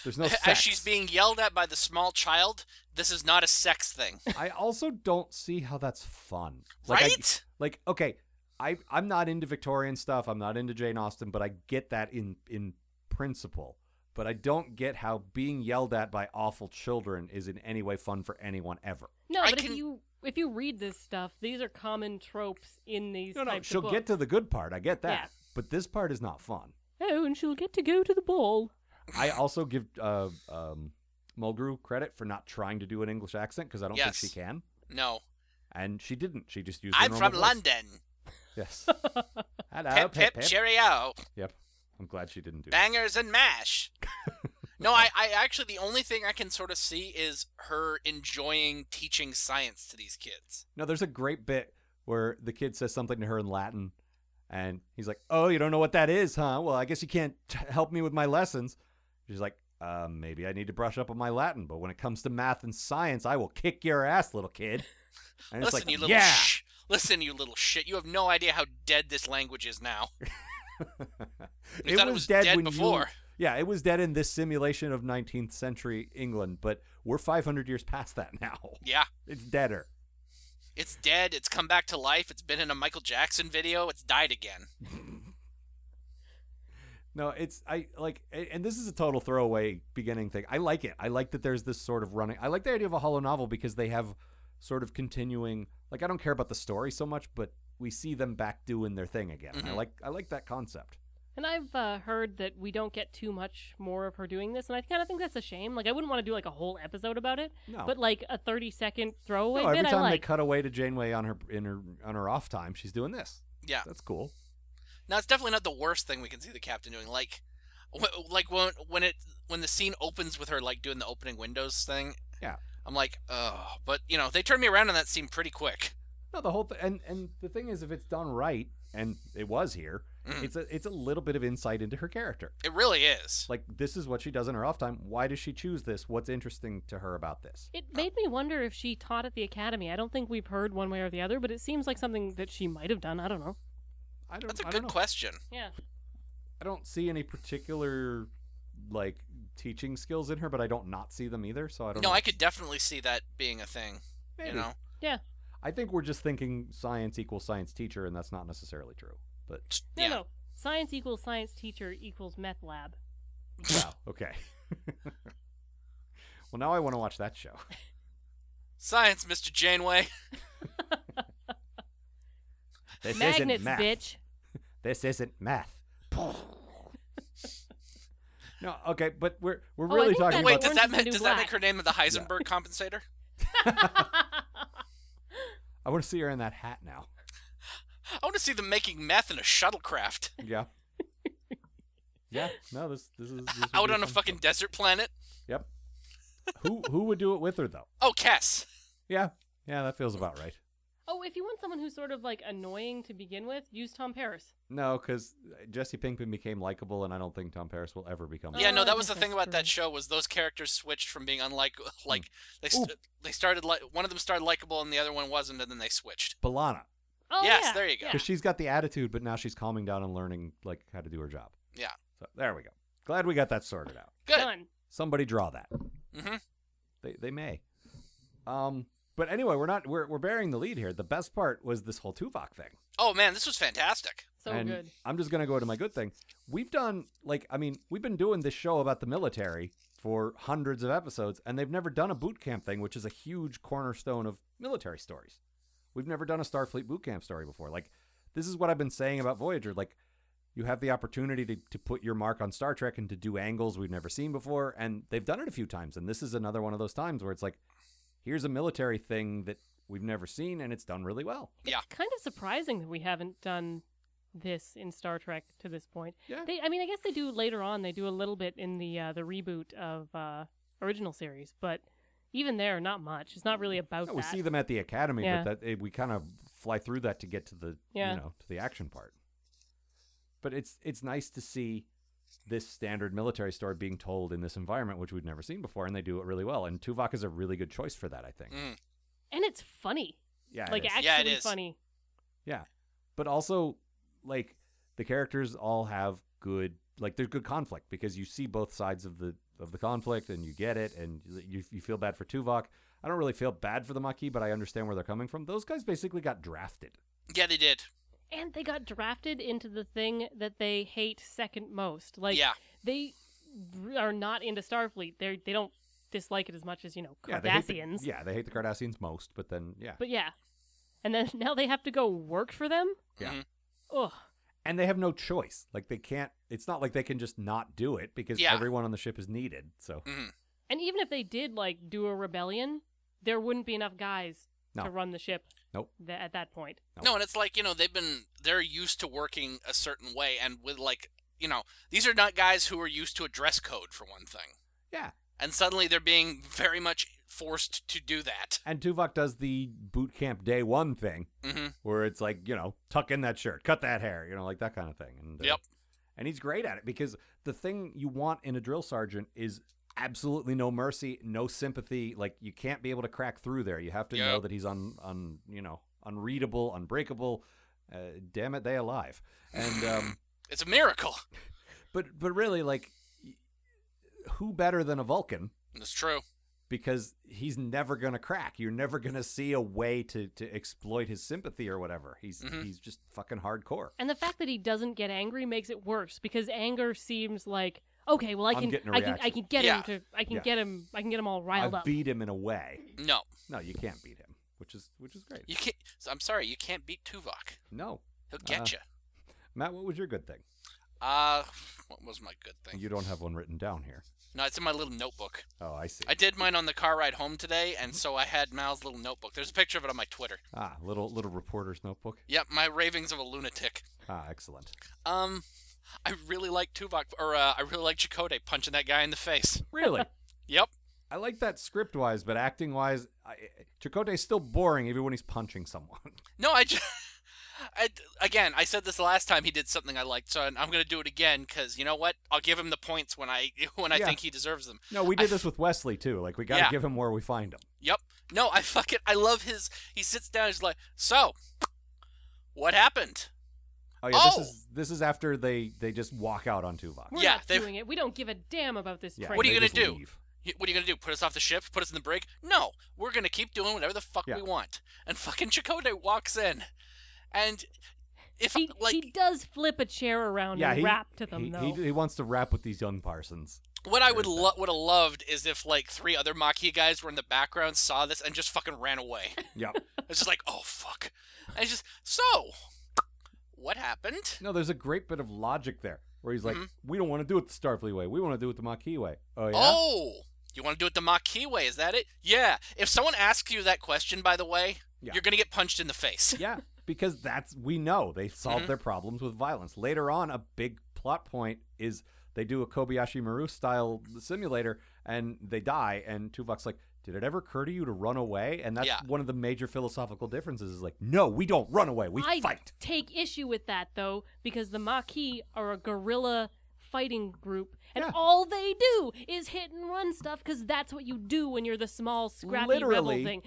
S5: there's no sex.
S6: as she's being yelled at by the small child, this is not a sex thing.
S5: I also don't see how that's fun. Like, I-
S6: Right?
S5: like, okay, I I'm not into Victorian stuff. I'm not into Jane Austen, but I get that in in principle. But I don't get how being yelled at by awful children is in any way fun for anyone ever.
S7: no,
S6: I
S7: but
S6: can-
S7: if you if you read this stuff, these are common tropes in these
S5: No, no,
S7: types
S5: she'll
S7: of
S5: get to the good part. I get that.
S7: Yeah.
S5: But this part is not fun.
S7: Oh, and she'll get to go to the ball.
S5: I also give uh, um, Mulgrew credit for not trying to do an English accent because I don't
S6: Yes.
S5: think she can,
S6: No.
S5: and she didn't. She just used. her
S6: I'm
S5: normal
S6: from
S5: voice.
S6: London.
S5: Yes. Hello,
S6: Pip, pip, cheerio.
S5: Yep. I'm glad she didn't do. that.
S6: Bangers and mash. no, I, I actually, the only thing I can sort of see is her enjoying teaching science to these kids.
S5: No, there's a great bit where the kid says something to her in Latin, and he's like, "Oh, you don't know what that is, huh? Well, I guess you can't t- help me with my lessons." She's like, uh, "Maybe I need to brush up on my Latin, but when it comes to math and science, I will kick your ass, little kid." And
S6: Listen,
S5: it's like,
S6: you little
S5: yeah.
S6: sh. Listen, you little shit. You have no idea how dead this language is now.
S5: it, was
S6: thought it was dead
S5: when you-
S6: before.
S5: yeah, it was dead in this simulation of 19th century England, but we're 500 years past that now.
S6: Yeah.
S5: It's deader.
S6: It's dead. It's come back to life. It's been in a Michael Jackson video. It's died again.
S5: No, it's I like, a- and this is a total throwaway beginning thing. I like it. I like that there's this sort of running. I like the idea of a hollow novel because they have sort of continuing. Like, I don't care about the story so much, but we see them back doing their thing again. I
S6: Mhm.
S5: like, I like that concept.
S7: And I've uh, heard that we don't get too much more of her doing this, and I kind of think that's a shame. Like, I wouldn't want to do like a whole episode about it,
S5: No,
S7: but like a thirty-second
S5: no,
S7: throwaway
S5: Oh, every
S7: bit,
S5: time
S7: I
S5: they
S7: like.
S5: cut away to Janeway on her in her on her off time, she's doing this.
S6: Yeah.
S5: That's cool.
S6: Now it's definitely not the worst thing we can see the captain doing. Like, wh- like when when it when the scene opens with her like doing the opening windows thing.
S5: Yeah.
S6: I'm like, oh, but you know they turned me around on that scene pretty quick.
S5: No, the whole th- and and the thing is, if it's done right, and it was here,
S6: Mm.
S5: it's a it's a little bit of insight into her character.
S6: It really is.
S5: Like this is what she does in her off time. Why does she choose this? What's interesting to her about this?
S7: It made me wonder if she taught at the academy. I don't think we've heard one way or the other, but it seems like something that she might have done. I don't know.
S5: I don't.
S6: That's a
S5: I don't
S6: good
S5: know.
S6: question.
S7: Yeah.
S5: I don't see any particular like teaching skills in her, but I don't not see them either. So I
S6: No,
S5: don't. know.
S6: I could definitely see that being a thing.
S5: Maybe.
S6: You know,
S7: Yeah.
S5: I think we're just thinking science equals science teacher, and that's not necessarily true. But
S7: No,
S6: yeah.
S7: no. Science equals science teacher equals meth lab.
S5: wow, okay. well, now I want to watch that show.
S6: Science, Mr. Janeway.
S5: This
S7: Magnets,
S5: isn't math.
S7: bitch.
S5: This isn't math. no, okay, but we're we're
S7: Oh, I
S5: really
S7: think
S5: talking
S7: that-
S6: Wait,
S5: about
S6: does
S7: Orange
S6: that
S7: is the
S6: ma-
S7: New
S6: does that make
S7: Black.
S6: her name the Heisenberg compensator?
S5: I want to see her in that hat now.
S6: I want to see them making meth in a shuttlecraft
S5: Yeah. yeah. No, this this is this would
S6: out
S5: be
S6: on a
S5: fun.
S6: fucking desert planet.
S5: Yep. Who who would do it with her though?
S6: Oh, Cass.
S5: Yeah. Yeah, that feels about right.
S7: oh, if you want someone who's sort of like annoying to begin with, use Tom Paris.
S5: No, because Jesse Pinkman became likable, and I don't think Tom Paris will ever become.
S6: Yeah,
S7: Oh,
S6: no,
S7: I
S6: that was the
S7: guess
S6: thing
S7: that's
S6: about that
S7: true.
S6: show was those characters switched from being unlike like they
S5: Hmm. Ooh.
S6: st- they started like one of them started likable and the other one wasn't and then they switched.
S5: Balana,
S7: Oh,
S6: Yes,
S7: yeah.
S6: there you go.
S7: Yeah.
S5: because she's got the attitude, but now she's calming down and learning like how to do her job.
S6: Yeah.
S5: So there we go. Glad we got that sorted out.
S6: Good.
S7: Done.
S5: Somebody draw that.
S6: Mhm.
S5: They they may. Um. But anyway, we're not we're we're bearing the lead here. The best part was this whole Tuvok thing.
S6: Oh man, this was fantastic.
S7: So
S5: and
S7: good.
S5: I'm just gonna go to my good thing. We've done like I mean, we've been doing this show about the military for hundreds of episodes, and they've never done a boot camp thing, which is a huge cornerstone of military stories. We've never done a Starfleet boot camp story before. Like, this is what I've been saying about Voyager. Like, you have the opportunity to, to put your mark on Star Trek and to do angles we've never seen before, and they've done it a few times. And this is another one of those times where it's like, here's a military thing that we've never seen, and it's done really well.
S6: Yeah.
S7: Kind of surprising that we haven't done this in Star Trek to this point.
S5: Yeah.
S7: They, I mean, I guess they do later on. They do a little bit in the uh, the reboot of uh, original series, but even there, not much. It's not really about
S5: No,
S7: that.
S5: we see them at the academy,
S7: Yeah.
S5: but that eh, we kind of fly through that to get to the
S7: Yeah.
S5: you know to the action part. But it's it's nice to see this standard military story being told in this environment, which we've never seen before, and they do it really well. And Tuvok is a really good choice for that, I think.
S6: Mm.
S7: and it's funny.
S5: Yeah, it
S7: like
S5: is.
S7: actually
S6: Yeah, it is.
S7: funny.
S5: yeah, but also like the characters all have good like there's good conflict because you see both sides of the of the conflict and you get it and you you feel bad for Tuvok. I don't really feel bad for the Maquis, but I understand where they're coming from. Those guys basically got drafted.
S6: Yeah, they did.
S7: And they got drafted into the thing that they hate second most. Like
S6: Yeah.
S7: they r- are not into Starfleet. They they don't dislike it as much as you know
S5: Yeah, they hate
S7: Cardassians.
S5: the- Yeah, they hate the Cardassians most, but then yeah,
S7: But yeah, and then now they have to go work for them.
S5: Yeah.
S6: Mhm.
S7: Ugh.
S5: and they have no choice. Like they can't. It's not like they can just not do it because
S6: Yeah.
S5: everyone on the ship is needed. So
S7: And even if they did like do a rebellion, there wouldn't be enough guys
S5: No.
S7: to run the ship.
S5: Nope.
S7: Th- at that point.
S5: No.
S6: No, and it's like, you know, they've been they're used to working a certain way and with like, you know, these are not guys who are used to a dress code for one thing.
S5: yeah,
S6: And suddenly they're being very much forced to do that.
S5: and Tuvok does the boot camp day one thing
S6: Mhm.
S5: where it's like you know tuck in that shirt, cut that hair, you know, like that kind of thing. And, uh,
S6: Yep.
S5: And he's great at it because the thing you want in a drill sergeant is absolutely no mercy, no sympathy. Like you can't be able to crack through there. You have to know
S6: Yep.
S5: that he's un, un you know unreadable, unbreakable. Uh, damn it, they alive. And um,
S6: It's a miracle.
S5: but but really, like, y- who better than a Vulcan?
S6: And it's true.
S5: because he's never going to crack. You're never going to see a way to to exploit his sympathy or whatever. He's
S6: Mhm.
S5: he's just fucking hardcore.
S7: And the fact that he doesn't get angry makes it worse because anger seems like okay, well I
S5: I'm
S7: can
S5: getting a
S7: I can I
S5: reaction.
S7: can get
S6: Yeah.
S7: him to I can
S5: Yeah.
S7: get him I can get him all riled
S5: I
S7: up.
S5: beat him in a way.
S6: No,
S5: No, you can't beat him, which is which is great.
S6: you can't. so I'm sorry, you can't beat Tuvok.
S5: No,
S6: He'll get
S5: Uh, Matt, what was your good thing?
S6: you. Uh, what was my good thing?
S5: You don't have one written down here.
S6: No, it's in my little notebook.
S5: Oh, I see.
S6: I did mine on the car ride home today,
S5: Mm-hmm.
S6: and so I had Mal's little notebook. There's a picture of it on my Twitter.
S5: Ah, little little reporter's notebook.
S6: Yep, my ravings of a lunatic.
S5: Ah, excellent.
S6: Um, I really like Tuvok, or uh, I really like Chakotay punching that guy in the face.
S5: Really,
S6: Yep.
S5: I like that script wise, but acting wise, Chakotay's still boring even when he's punching someone.
S6: No, I just. I, again, I said this last time he did something I liked, so I'm going to do it again because you know what? I'll give him the points when I when I
S5: Yeah.
S6: think he deserves them.
S5: No, we
S6: I
S5: did this with Wesley too. Like we got to
S6: Yeah.
S5: give him where we find him.
S6: Yep. No, I fucking I love his. He sits down. He's like, so, what happened?
S5: Oh yeah,
S6: Oh!
S5: this is this is after they they just walk out on Tuvok.
S7: We're
S6: Yeah,
S7: not
S6: they've-
S7: doing it. We don't give a damn about this
S5: Yeah,
S7: train.
S6: What are you
S5: they
S6: gonna
S5: just
S6: do?
S5: leave.
S6: Y- What are you gonna do? Put us off the ship? Put us in the brig? No, we're gonna keep doing whatever the fuck
S5: Yeah.
S6: we want. And fucking Chakotay walks in, and if
S7: he,
S6: like
S7: he does flip a chair around
S5: Yeah,
S7: and
S5: he,
S7: rap to them
S5: he,
S7: though.
S5: he, he wants to rap with these young parsons.
S6: What I would lo- would have loved is if like three other Maquis guys were in the background, saw this, and just fucking ran away.
S5: Yep.
S6: It's just like, oh fuck. And it's just so. What happened?
S5: No, there's a great bit of logic there where he's like, "We don't want to do it the Starfleet way. We want to do it the Maquis way." Oh yeah.
S6: Mm-hmm. Oh, you want to do it the Maquis way? Is that it? Yeah. If someone asks you that question, by the way,
S5: Yeah.
S6: you're gonna get punched in the face.
S5: yeah, because that's we know they solve their
S6: Mm-hmm.
S5: problems with violence. Later on, a big plot point is they do a Kobayashi Maru style simulator and they die. And Tuvok's like, "Did it ever occur to you to run away?" And that's
S6: Yeah.
S5: one of the major philosophical differences. Is like, no, we don't run away. We
S7: I
S5: fight.
S7: take issue with that though because the Maquis are a guerrilla fighting group and
S5: Yeah.
S7: all they do is hit and run stuff because that's what you do when you're the small scrappy
S5: Literally.
S7: rebel thing.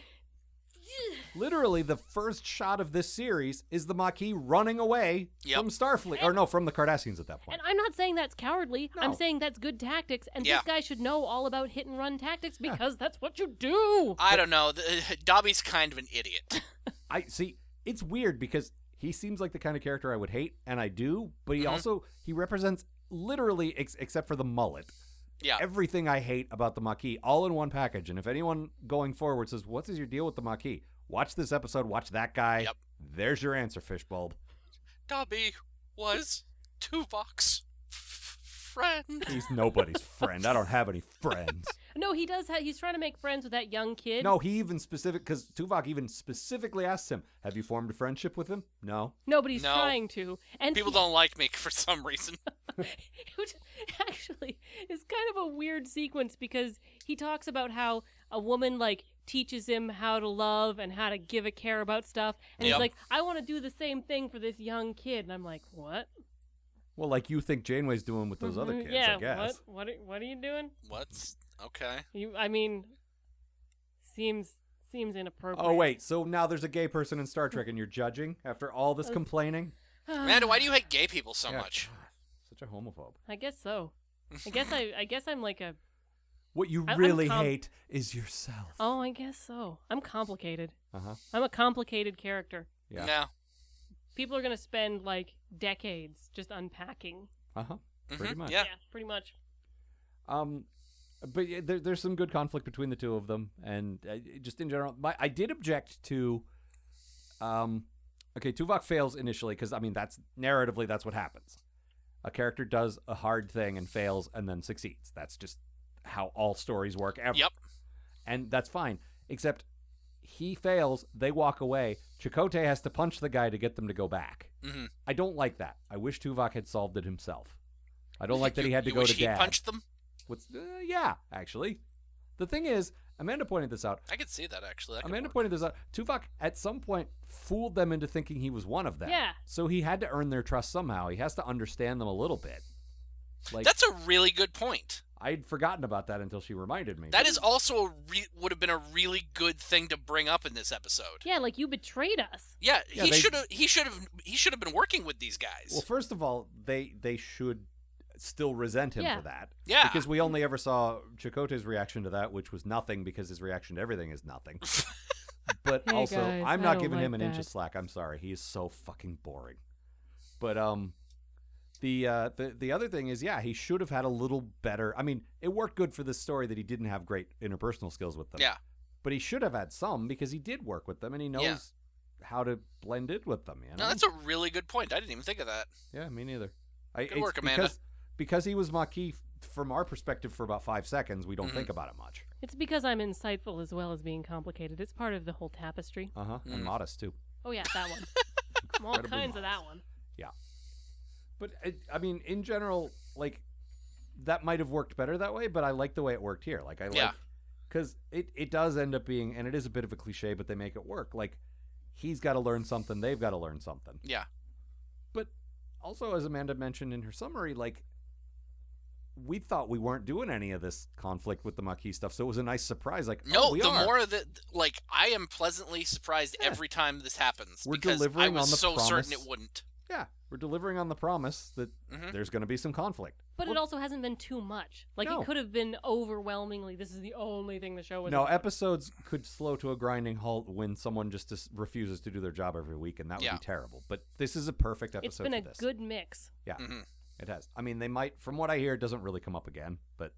S5: Literally, the first shot of this series is the Maquis running away
S6: Yep.
S5: from Starfleet, or no, from the Cardassians at that point.
S7: And I'm not saying that's cowardly. I'm
S5: No.
S7: saying that's good tactics, and
S6: Yeah.
S7: this guy should know all about hit and run tactics because that's what you do.
S6: I don't know. The, Dobby's kind of an idiot.
S5: I see. It's weird because he seems like the kind of character I would hate, and I do. But he
S6: Mhm.
S5: also he represents literally, ex- except for the mullet,
S6: Yeah.
S5: everything I hate about the Maquis, all in one package. And if anyone going forward says, "What is your deal with the Maquis?" Watch this episode. Watch that guy.
S6: Yep.
S5: There's your answer, fishbulb.
S6: Dobby was Tuvok's f- friend.
S5: He's nobody's friend. I don't have any friends.
S7: No, he does. Ha- he's trying to make friends with that young kid.
S5: No, he even specific because Tuvok even specifically asks him, "Have you formed a friendship with him?" No.
S7: nobody's
S6: No.
S7: trying to. And
S6: People
S7: he-
S6: don't like me for some reason.
S7: which actually is kind of a weird sequence because he talks about how a woman like teaches him how to love and how to give a care about stuff, and
S6: Yep.
S7: he's like, "I want to do the same thing for this young kid," and I'm like, "What?" Mm-hmm.
S5: Well, like you think Janeway's doing with those other kids,
S7: yeah,
S5: I guess.
S7: what? What? Are, what are you doing?
S6: What's okay?
S7: You, I mean, seems seems inappropriate.
S5: Oh wait, so now there's a gay person in Star Trek, and you're judging after all
S7: Uh,
S5: this complaining?
S6: Amanda, why do you hate gay people so
S5: Yeah.
S6: much?
S5: Such a homophobe.
S7: I guess so. I guess I, I guess I'm like a.
S5: What you
S7: I- I'm
S5: really
S7: com-
S5: hate is yourself.
S7: Oh, I guess so. I'm complicated.
S5: Uh huh.
S7: I'm a complicated character.
S5: Yeah.
S6: No.
S7: People are gonna spend like decades just unpacking.
S5: Uh huh.
S6: Mhm.
S5: Pretty much.
S6: Yeah.
S7: pretty much.
S5: Um, but yeah, there, there's some good conflict between the two of them, and uh, just in general, my, I did object to. Um, okay, Tuvok fails initially because I mean that's narratively that's what happens. A character does a hard thing and fails, and then succeeds. That's just how all stories work ever.
S6: Yep.
S5: and that's fine. Except he fails, they walk away. Chakotay has to punch the guy to get them to go back.
S6: Mhm.
S5: I don't like that. I wish Tuvok had solved it himself. I don't like that
S6: You-
S5: he had to
S6: you
S5: go
S6: wish
S5: to
S6: he
S5: dad.
S6: punched them.
S5: What's uh, yeah, actually. The thing is, Amanda pointed this out.
S6: I could see that actually. That could
S5: Amanda
S6: work.
S5: pointed this out. Tuvok at some point fooled them into thinking he was one of them.
S7: Yeah.
S5: So he had to earn their trust somehow. He has to understand them a little bit. Like
S6: That's a really good point.
S5: I'd forgotten about that until she reminded me.
S6: That is also a re- would have been a really good thing to bring up in this episode.
S7: Yeah, like you betrayed us.
S6: Yeah,
S5: Yeah,
S6: he
S5: they-
S6: should have. He should have. He should have been working with these guys.
S5: Well, first of all, they they should still resent him
S7: Yeah.
S5: for that.
S6: Yeah.
S5: Because we only ever saw Chakotay's reaction to that, which was nothing, because his reaction to everything is nothing. but
S7: Hey,
S5: also,
S7: guys,
S5: I'm
S7: I
S5: not
S7: don't
S5: giving him an
S7: like
S5: inch of
S7: that.
S5: slack. I'm sorry, he is so fucking boring. But um, the uh, the the other thing is, yeah, he should have had a little better. I mean, it worked good for this story that he didn't have great interpersonal skills with them.
S6: Yeah.
S5: But he should have had some because he did work with them and he knows
S6: Yeah.
S5: how to blend in with them. You know?
S6: No, that's a really good point. I didn't even think of that.
S5: Yeah, me neither. I,
S6: Good
S5: it's
S6: work, Amanda.
S5: because, because he was Maquis from our perspective for about five seconds, we don't
S6: Mm-hmm.
S5: think about it much.
S7: It's because I'm insightful as well as being complicated. It's part of the whole tapestry.
S5: Uh huh. And
S6: Mm.
S5: modest too.
S7: Oh yeah, that one. All
S5: Incredibly
S7: kinds of
S5: modest.
S7: that one.
S5: But I, I mean, in general, like that might have worked better that way. But I like the way it worked here. Like I
S6: Yeah.
S5: like because it it does end up being, and it is a bit of a cliche, but they make it work. Like he's got to learn something, they've got to learn something.
S6: Yeah.
S5: But also, as Amanda mentioned in her summary, like we thought we weren't doing any of this conflict with the Maquis stuff, so it was a nice surprise. Like,
S6: No,
S5: oh, we
S6: the
S5: are.
S6: more that like I am pleasantly surprised every time this happens
S5: We're
S6: because I
S5: delivering
S6: was
S5: on the
S6: so certain
S5: promise.
S6: it wouldn't.
S5: yeah, we're delivering on the promise that
S6: Mhm.
S5: there's going to be some conflict.
S7: But it
S5: Well,
S7: also hasn't been too much. Like
S5: No.
S7: it could have been overwhelmingly. This is the only thing the show was.
S5: No, episodes could slow to a grinding halt when someone just dis- refuses to do their job every week, and that would
S6: Yeah.
S5: be terrible. But this is a perfect episode
S7: it's been
S5: for
S7: a
S5: this.
S7: good mix.
S5: yeah,
S6: Mhm.
S5: it has. I mean, they might, from what I hear, it doesn't really come up again, but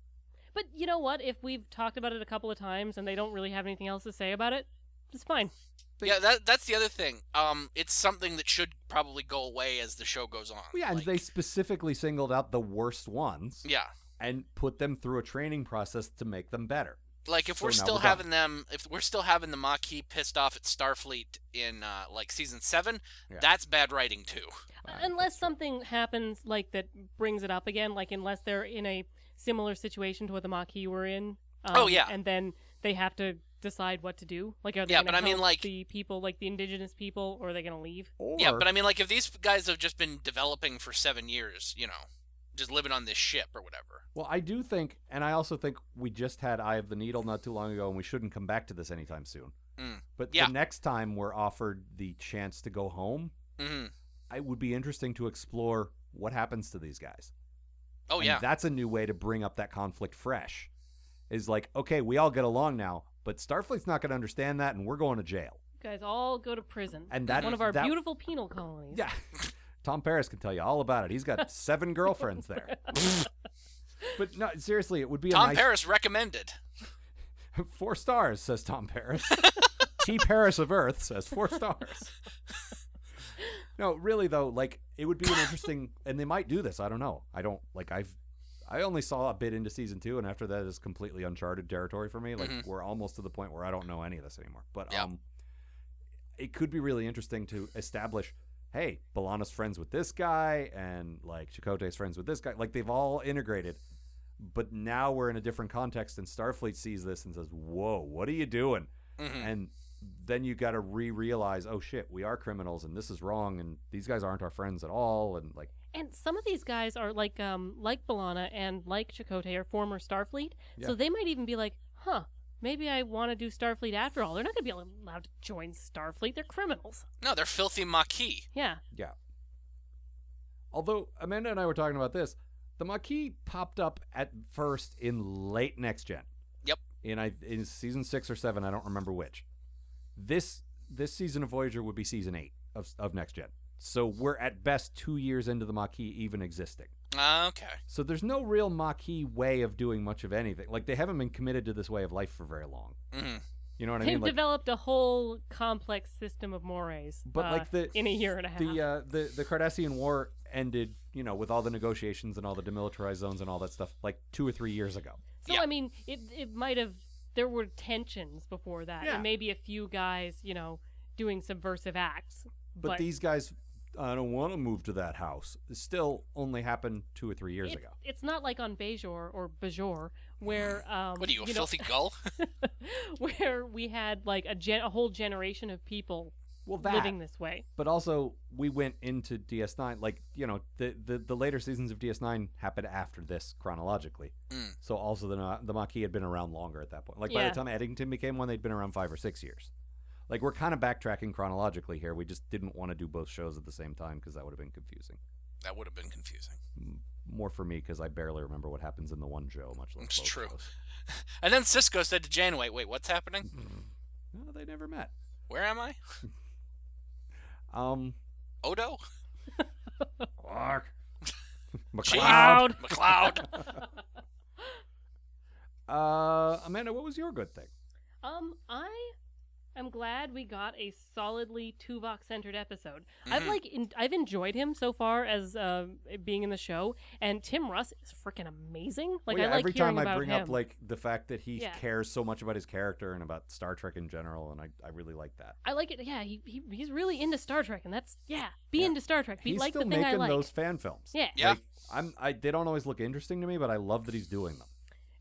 S7: But you know what? If we've talked about it a couple of times and they don't really have anything else to say about it, it's fine.
S5: They-
S6: Yeah, that that's the other thing. Um, it's something that should probably go away as the show goes on.
S5: yeah, and
S6: Oh, Like,
S5: they specifically singled out the worst ones
S6: yeah,
S5: and put them through a training process to make them better.
S6: like if
S5: So
S6: we're
S5: now
S6: still
S5: we're done.
S6: having them, if we're still having the Maquis pissed off at Starfleet in uh, like season seven,
S5: Yeah.
S6: that's bad writing too.
S7: Uh, unless something happens like that brings it up again. Like unless they're in a similar situation to what the Maquis were in. Um,
S6: Oh, yeah.
S7: And then they have to decide what to do. Like are they
S6: Yeah,
S7: gonna
S6: but I mean,
S7: help
S6: like-
S7: the people, like the indigenous people, or are they gonna leave?
S5: Or,
S6: Yeah, but I mean, like if these guys have just been developing for seven years, you know, just living on this ship or whatever.
S5: Well, I do think, and I also think we just had Eye of the Needle not too long ago, and we shouldn't come back to this anytime soon.
S6: Mm.
S5: But
S6: Yeah.
S5: the next time we're offered the chance to go home,
S6: hmm
S5: it would be interesting to explore what happens to these guys.
S6: Oh
S5: And
S6: yeah,
S5: that's a new way to bring up that conflict fresh. Is like, okay, we all get along now, but Starfleet's not going to understand that, and we're going to jail.
S7: You guys all go to prison.
S5: And that
S7: one of our
S5: that-
S7: beautiful penal colonies.
S5: Yeah, Tom Paris can tell you all about it. He's got seven girlfriends there. but no, seriously, it would be a
S6: Tom
S5: nice
S6: Paris recommended.
S5: Four stars, says Tom Paris. T. Paris of Earth says four stars. no, really though, like it would be an interesting, and they might do this. I don't know. I don't like. I've I only saw a bit into season two, and after that is completely uncharted territory for me. Like
S6: Mhm.
S5: we're almost to the point where I don't know any of this anymore. But
S6: Yeah.
S5: um, it could be really interesting to establish. Hey, Balana's friends with this guy, and like Chakotay's friends with this guy. Like they've all integrated but now we're in a different context and starfleet sees this and says whoa what are you doing
S6: Mhm.
S5: and then you got to re-realize oh shit we are criminals and this is wrong and these guys aren't our friends at all and like
S7: And some of these guys are like um like Balana and like Chakotay are former Starfleet,
S5: Yeah.
S7: so they might even be like, "Huh, maybe I want to do Starfleet after all." They're not going to be allowed to join Starfleet. They're criminals.
S6: No, they're filthy Maquis.
S7: Yeah.
S5: yeah although amanda and i were talking about this the maquis popped up at first in late next gen
S6: Yep.
S5: in i in season six or seven i don't remember which this this season of voyager would be season eight of, of next gen so we're at best two years into the maquis even existing
S6: Ah, okay.
S5: So there's no real Maquis way of doing much of anything. Like they haven't been committed to this way of life for very long.
S6: hmm
S5: You know what I
S7: They've
S5: mean? Like,
S7: developed a whole complex system of mores.
S5: but
S7: uh,
S5: like the
S7: in a year and a half.
S5: the uh, the the Cardassian War ended, you know, with all the negotiations and all the demilitarized zones and all that stuff, like two or three years ago.
S7: so
S6: yeah.
S7: I mean, it it might have there were tensions before that,
S5: Yeah.
S7: and maybe a few guys, you know, doing subversive acts.
S5: But, these guys, I don't want to move to that house. Still, only happened two or three years
S7: it-
S5: ago.
S7: It's not like on Bejor or Bejor where um
S6: What are you, a
S7: know,
S6: filthy gull?
S7: where we had like a gen- a whole generation of people
S5: Well, that.
S7: living this way.
S5: but also, we went into DS9. Like, you know, the, the, the later seasons of DS9 happened after this chronologically.
S6: Mm.
S5: So also the Na- the Maquis had been around longer at that point. Like by
S7: Yeah.
S5: the time Eddington became one, they'd been around five or six years. Like we're kind of backtracking chronologically here. We just didn't want to do both shows at the same time because that would have been confusing.
S6: That would have been confusing.
S5: More for me because I barely remember what happens in the one show, much less
S6: It's
S5: both
S6: true.
S5: shows.
S6: And then Cisco said to Janeway, "Wait, what's happening?
S5: No, they never met.
S6: Where am I?
S5: Um,
S6: Odo?
S5: McCloud.
S7: Cloud.
S6: Jeez. McLeod?
S5: Uh, Amanda, what was your good thing?
S7: Um, I am glad we got a solidly Tuvok centered episode. I've
S5: Mm-hmm.
S7: like in, I've enjoyed him so far as uh, being in the show, and Tim Russ is freaking amazing. Like
S5: Well, yeah,
S7: I like
S5: every
S7: hearing
S5: time I
S7: about
S5: bring
S7: him.
S5: up like the fact that he
S7: Yeah.
S5: cares so much about his character and about Star Trek in general, and I, I really like that.
S7: I like it. Yeah, he, he he's really into Star Trek, and that's yeah, be into Star Trek. Be
S5: he's
S7: like
S5: still
S7: the thing I
S5: making
S7: like.
S5: those fan films.
S7: Yeah.
S6: Yeah.
S5: Like, I'm I they don't always look interesting to me, but I love that he's doing them.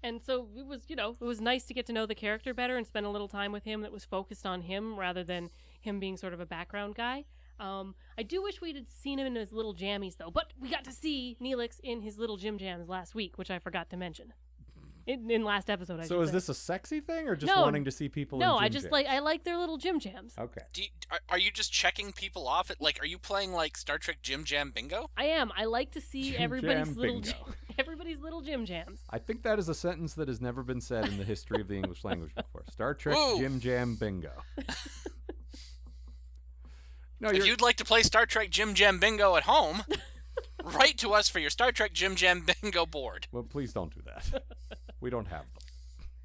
S7: And so it was, you know, it was nice to get to know the character better and spend a little time with him that was focused on him rather than him being sort of a background guy. Um, I do wish we had seen him in his little jammies though, but we got to see Neelix in his little Jim Jams last week, which I forgot to mention in, in last episode. I
S5: So
S7: should
S5: is
S7: say.
S5: this a sexy thing or just
S7: No,
S5: wanting to see people?
S7: No,
S5: in
S7: I
S5: gym Oh.
S7: just
S5: jams?
S7: like I like their little Jim Jams.
S5: Okay.
S6: Do you, are, are you just checking people off? At, like, are you playing like Star Trek Jim Jam Bingo?
S7: I am. I like to see
S5: Jim
S7: everybody's
S5: Jam
S7: little
S5: bingo.
S7: jam- everybody's little Jim Jams.
S5: I think that is a sentence that has never been said in the history of the English language before. Star Trek
S6: Whoa.
S5: Jim Jam Bingo. No,
S6: if
S5: you're,
S6: you'd like to play Star Trek Jim Jam Bingo at home, write to us for your Star Trek Jim Jam Bingo board.
S5: well, please don't do that. We don't have them.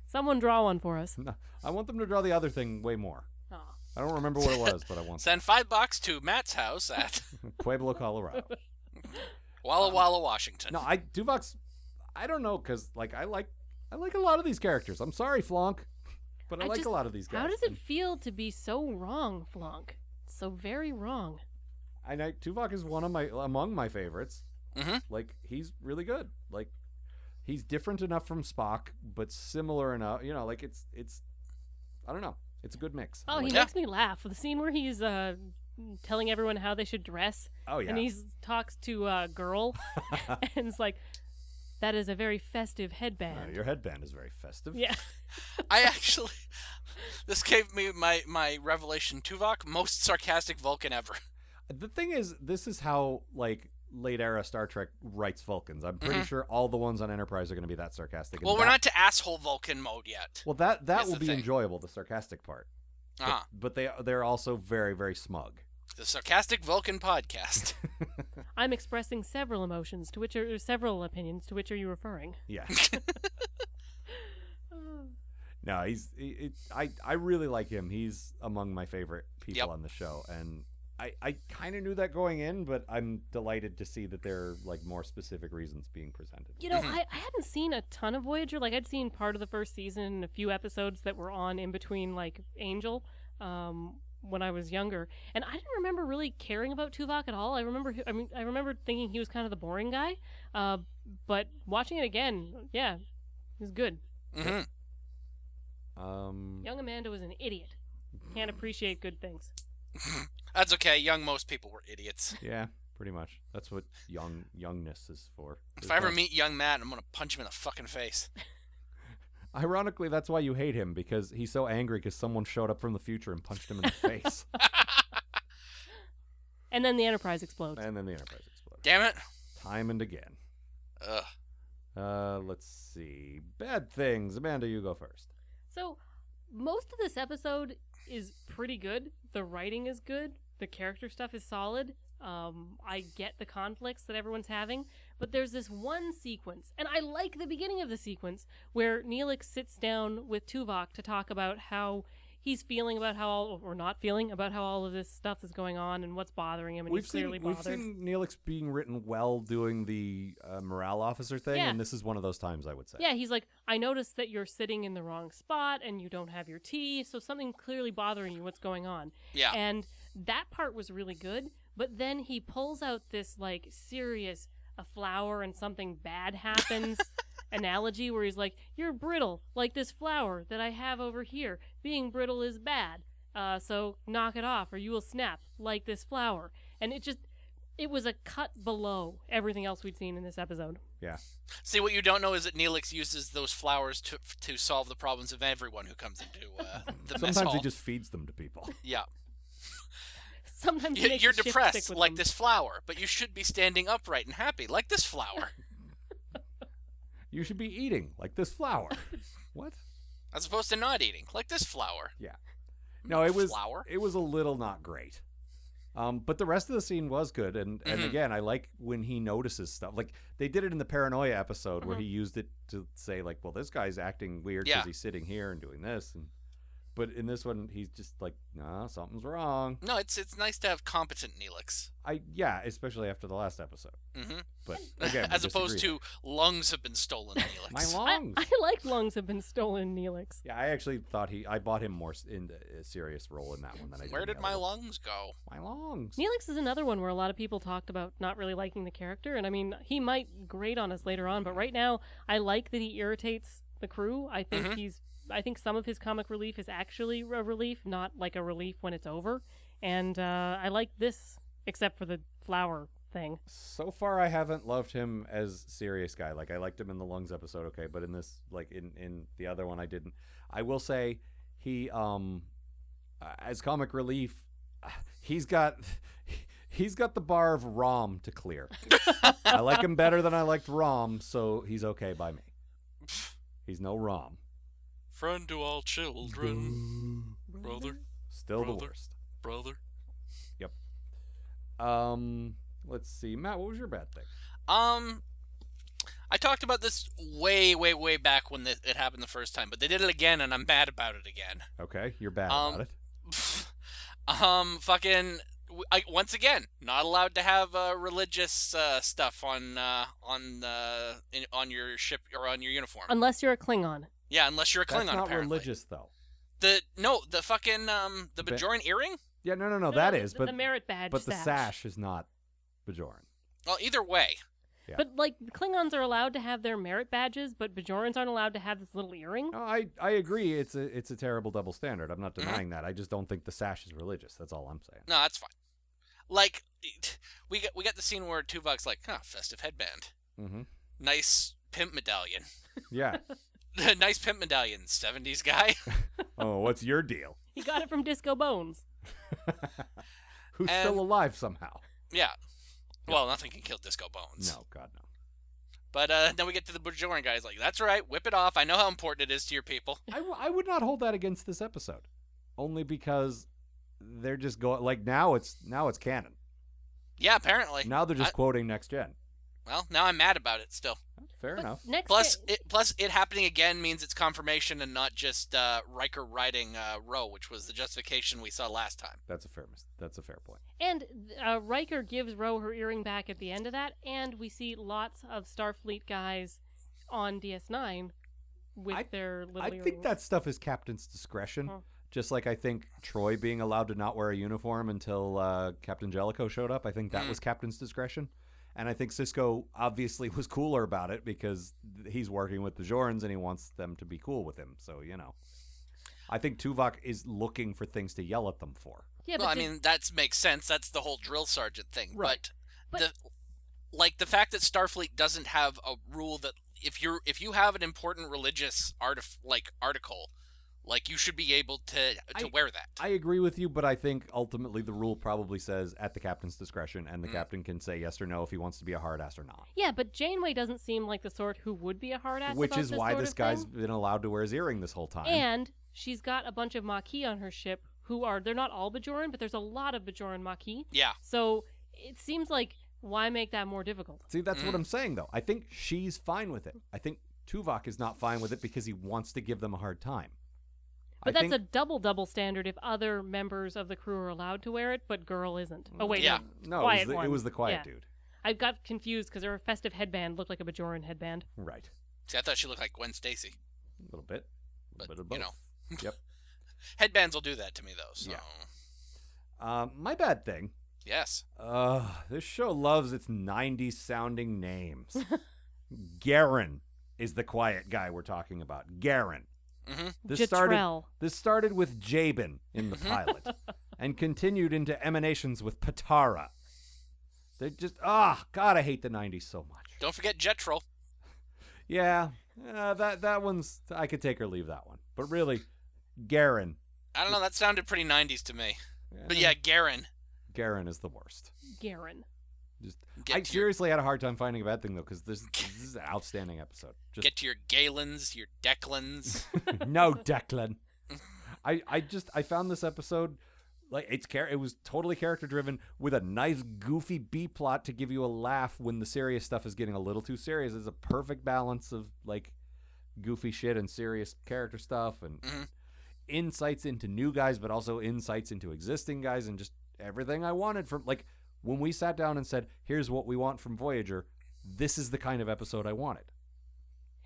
S7: Someone draw one for us.
S5: No, I want them to draw the other thing way more.
S7: Aw.
S5: I don't remember what it was, but I want
S6: Send five bucks to Matt's house at
S5: Pueblo, Colorado.
S6: Walla Walla, Washington.
S5: No, I Duvox. I don't know because like I like I like a lot of these characters. I'm sorry, Flonk, but I,
S7: I
S5: like
S7: just-
S5: a lot of these guys.
S7: How does
S5: And-
S7: it feel to be so wrong, Flonk? So very wrong.
S5: And I, Tuvok is one of my among my favorites.
S6: Mhm.
S5: Like he's really good. Like he's different enough from Spock, but similar enough. You know, like it's it's. I don't know. It's a good mix. I
S7: Oh, he
S5: like
S6: Yeah.
S7: makes me laugh. The scene where he's uh, telling everyone how they should dress,
S5: it. oh yeah.
S7: and he talks to a girl, and it's like, "That is a very festive
S5: Uh,
S7: headband."
S5: your headband is very festive.
S7: yeah,
S6: I actually, this gave me my my revelation. Tuvok, most sarcastic Vulcan ever.
S5: The thing is, this is how like late era Star Trek writes Vulcans. I'm pretty sure all the ones on Enterprise are going to be that sarcastic. and
S6: Mm-hmm. Well, we're
S5: that-
S6: not to asshole Vulcan mode yet.
S5: Well, that that
S6: That's
S5: will
S6: the
S5: be
S6: thing.
S5: enjoyable. The sarcastic part. But-
S6: Ah,
S5: But they they're also very very smug.
S6: the sarcastic Vulcan podcast.
S7: I'm expressing several emotions to which are several opinions to which are you referring?
S5: Yeah. no, he's he, it, I I really like him. He's among my favorite people
S6: Yep.
S5: on the show, and I I kind of knew that going in, but I'm delighted to see that there are like more specific reasons being presented.
S7: You know, I, I hadn't seen a ton of Voyager. Like, I'd seen part of the first season and a few episodes that were on in between, like, Angel um, when I was younger. And I didn't remember really caring about Tuvok at all. I remember, I mean, I remember thinking he was kind of the boring guy. Uh, but watching it again, yeah, he was good.
S6: hmm
S5: Um,
S7: Young Amanda was an idiot. Can't appreciate good things.
S6: That's okay. Young, most people were idiots.
S5: yeah, pretty much. That's what young youngness is for.
S6: If I ever meet young Matt, I'm gonna punch him in the fucking face.
S5: Ironically, that's why you hate him because he's so angry because someone showed up from the future and punched him in the face,
S7: And then the Enterprise explodes.
S5: and then the Enterprise exploded.
S6: Damn it.
S5: Time and again.
S6: Ugh.
S5: Uh, let's see. Bad things. Amanda, you go first.
S7: So, most of this episode is pretty good. The writing is good. The character stuff is solid. Um, I get the conflicts that everyone's having, but there's this one sequence, and I like the beginning of the sequence where Neelix sits down with Tuvok to talk about how he's feeling about how all, or not feeling about how all of this stuff is going on and what's bothering him, and
S5: we've
S7: he's
S5: seen
S7: clearly
S5: we've
S7: bothered.
S5: seen Neelix being written well doing the uh, morale officer thing,
S7: Yeah.
S5: and this is one of those times I would say.
S7: Yeah, he's like, I noticed that you're sitting in the wrong spot and you don't have your tea, so something clearly bothering you. What's going on?
S6: Yeah.
S7: And that part was really good, but then he pulls out this like serious a flower and something bad happens analogy where he's like, You're brittle, like this flower that I have over here. Being brittle is bad. Uh, so knock it off or you will snap like this flower. And it just it was a cut below everything else we'd seen in this episode.
S5: Yeah.
S6: See, what you don't know is that Neelix uses those flowers to to solve the problems of everyone who comes into uh, the mess
S5: Sometimes
S6: hall.
S5: he just feeds them to people.
S6: Yeah.
S7: sometimes
S6: You,
S7: make
S6: you're
S7: the ship sick
S6: depressed
S7: with
S6: like
S7: them.
S6: this flower, but you should be standing upright and happy like this flower.
S5: You should be eating like this flower. what?
S6: As opposed to not eating like this Mm, flower.
S5: Yeah. No, it was
S6: flower.
S5: it was a little not great. Um, but the rest of the scene was good, and and
S6: Mhm.
S5: again, I like when he notices stuff. Like they did it in the paranoia episode where he used it to say like, "Well, this guy's acting weird because
S6: Mm-hmm. Yeah.
S5: he's sitting here and doing this," and but in this one, he's just like, "Nah, something's wrong."
S6: No, it's it's nice to have competent Neelix.
S5: I yeah, especially after the last episode.
S6: hmm
S5: But again, we
S6: As opposed
S5: disagree.
S6: to lungs have been stolen, Neelix.
S5: my
S7: I,
S5: lungs.
S7: I like lungs have been stolen, Neelix.
S5: yeah, I actually thought he. I bought him more s- in the- a serious role in that one than I did.
S6: Where
S5: in the
S6: did my
S5: other one.
S6: lungs go?
S5: My lungs.
S7: Neelix is another one where a lot of people talked about not really liking the character, and I mean, he might grate on us later on, but right now, I like that he irritates the crew. I think
S5: Mm-hmm.
S6: Mhm.
S7: he's, I think some of his comic relief is actually a relief, not like a relief when it's over. And uh, I like this, except for the flower thing.
S5: So far, I haven't loved him as serious guy. Like I liked him in the lungs episode, okay, but in this, like in in the other one, I didn't. I will say he, um, uh, as comic relief, uh, he's got he's got the bar of Rom to clear. I like him better than I liked Rom, so he's okay by me. He's no Rom.
S6: Friend to all children. Brother,
S5: Still the
S6: Brother.
S5: worst.
S6: brother.
S5: Um, let's see, Matt. What was your bad thing?
S6: Um, I talked about this way, way, way back when thi- it happened the first time, but they did it again, and I'm mad about it again.
S5: Okay, you're bad
S6: Um,
S5: about it.
S6: um, fucking. w I once again, not allowed to have uh, religious uh, stuff on uh, on uh, in, on your ship or on your uniform.
S7: Unless you're a Klingon.
S6: yeah, unless you're a Klingon.
S5: That's not
S6: apparently.
S5: religious though.
S6: The no, the fucking um, the
S5: Ba-
S6: Bajoran earring.
S5: Yeah, no, no, no. that
S7: the-
S5: is, but
S7: the merit badge.
S5: but the sash is not Bajoran.
S6: Well, either way,
S5: Yeah.
S7: But like Klingons are allowed to have their merit badges, but Bajorans aren't allowed to have this little earring.
S5: No, I I agree. It's a it's a terrible double standard. I'm not
S6: Mm-hmm.
S5: denying that. I just don't think the sash is religious. That's all I'm saying.
S6: no, that's fine. Like, it- we got we got the scene where Tuvok's like, huh, festive headband,
S5: Mm-hmm.
S6: nice pimp medallion.
S5: Yeah.
S6: nice pimp medallion, 70s guy.
S5: oh, what's your deal?
S7: He got it from Disco Bones.
S5: Who's
S6: And-
S5: still alive somehow?
S6: yeah. Well, nothing can kill Disco Bones.
S5: No, God no.
S6: But uh, then we get to the Bajoran guy. He's like, that's right, whip it off. I know how important it is to your people.
S5: I, w- I would not hold that against this episode, only because they're just going like now it's now it's canon.
S6: Yeah, apparently.
S5: Now they're just
S6: I-
S5: quoting next gen.
S6: well, now I'm mad about it still.
S5: Fair
S7: But
S5: enough.
S7: Next
S6: Plus,
S7: gen-
S6: it, plus it happening again means it's confirmation and not just uh, Riker riding uh, Roe, which was the justification we saw last time.
S5: That's a fair mis- that's a fair point.
S7: And uh, Riker gives Ro her earring back at the end of that, and we see lots of Starfleet guys on DS9 with
S5: I-
S7: their little
S5: I
S7: earrings.
S5: think that stuff is captain's discretion.
S7: Oh.
S5: Just like I think Troy being allowed to not wear a uniform until uh, Captain Jellicoe showed up, I think that
S6: Mm.
S5: was captain's discretion. And I think Cisco obviously was cooler about it because th- he's working with the Jorans and he wants them to be cool with him. So you know, I think Tuvok is looking for things to yell at them for.
S7: Yeah, but
S6: well, I
S7: did-
S6: mean, that makes sense. That's the whole drill sergeant thing.
S5: Right.
S6: But,
S7: But-
S6: the like the fact that Starfleet doesn't have a rule that if you're if you have an important religious artif- like article, like you should be able to to
S5: I-
S6: wear that.
S5: I agree with you, but I think ultimately the rule probably says at the captain's discretion, and the
S6: Mm.
S5: captain can say yes or no if he wants to be a hard ass or not.
S7: yeah, but Janeway doesn't seem like the sort who would be a hard ass.
S5: Which
S7: about
S5: is why
S7: sort
S5: this
S7: of
S5: guy's
S7: thing.
S5: been allowed to wear his earring this whole time.
S7: And she's got a bunch of Maquis on her ship who are they're not all Bajoran, but there's a lot of Bajoran Maquis.
S6: yeah.
S7: So it seems like why make that more difficult?
S5: See, that's
S6: Mm.
S5: what I'm saying, though. I think she's fine with it. I think Tuvok is not fine with it because he wants to give them a hard time.
S7: But
S5: I
S7: that's
S5: think,
S7: a double double standard if other members of the crew are allowed to wear it, but girl isn't. Oh wait,
S6: Yeah.
S5: no. it, was
S7: no. quiet
S5: the, it
S7: one.
S5: was the quiet
S7: Yeah.
S5: dude,
S7: I got confused because her festive headband looked like a Bajoran headband.
S5: right?
S6: See, I thought she looked like Gwen Stacy.
S5: A little bit, a
S6: But,
S5: little bit of
S6: you
S5: both. yep.
S6: Headbands will do that to me though. So
S5: Yeah. Um, my bad thing.
S6: yes,
S5: Uh, this show loves its 90s sounding names. Garen is the quiet guy we're talking about. Garen.
S6: hmm
S5: This started.
S7: Jatrell.
S5: This started with Jabin in
S6: Mm-hmm.
S5: the pilot, and continued into emanations with Patara. They just ah, God, I hate the '90s so much.
S6: don't forget Jetrol.
S5: Yeah, uh, that that one's I could take or leave that one. But really, Garen,
S6: I don't know. That sounded pretty '90s to me. But yeah, Garen.
S5: Garen is the worst.
S7: Garen.
S5: Just,
S6: Get
S5: I
S6: to your-
S5: seriously had a hard time finding a bad thing though, because this, this is an outstanding episode. Just
S6: Get to your Galens, your Declans.
S5: no, Declan. I I just I found this episode like it's char- it was totally character driven with a nice goofy B plot to give you a laugh when the serious stuff is getting a little too serious. It's a perfect balance of like goofy shit and serious character stuff and
S6: Mhm.
S5: insights into new guys but also insights into existing guys and just everything I wanted from like when we sat down and said, "Here's what we want from Voyager." This is the kind of episode I wanted.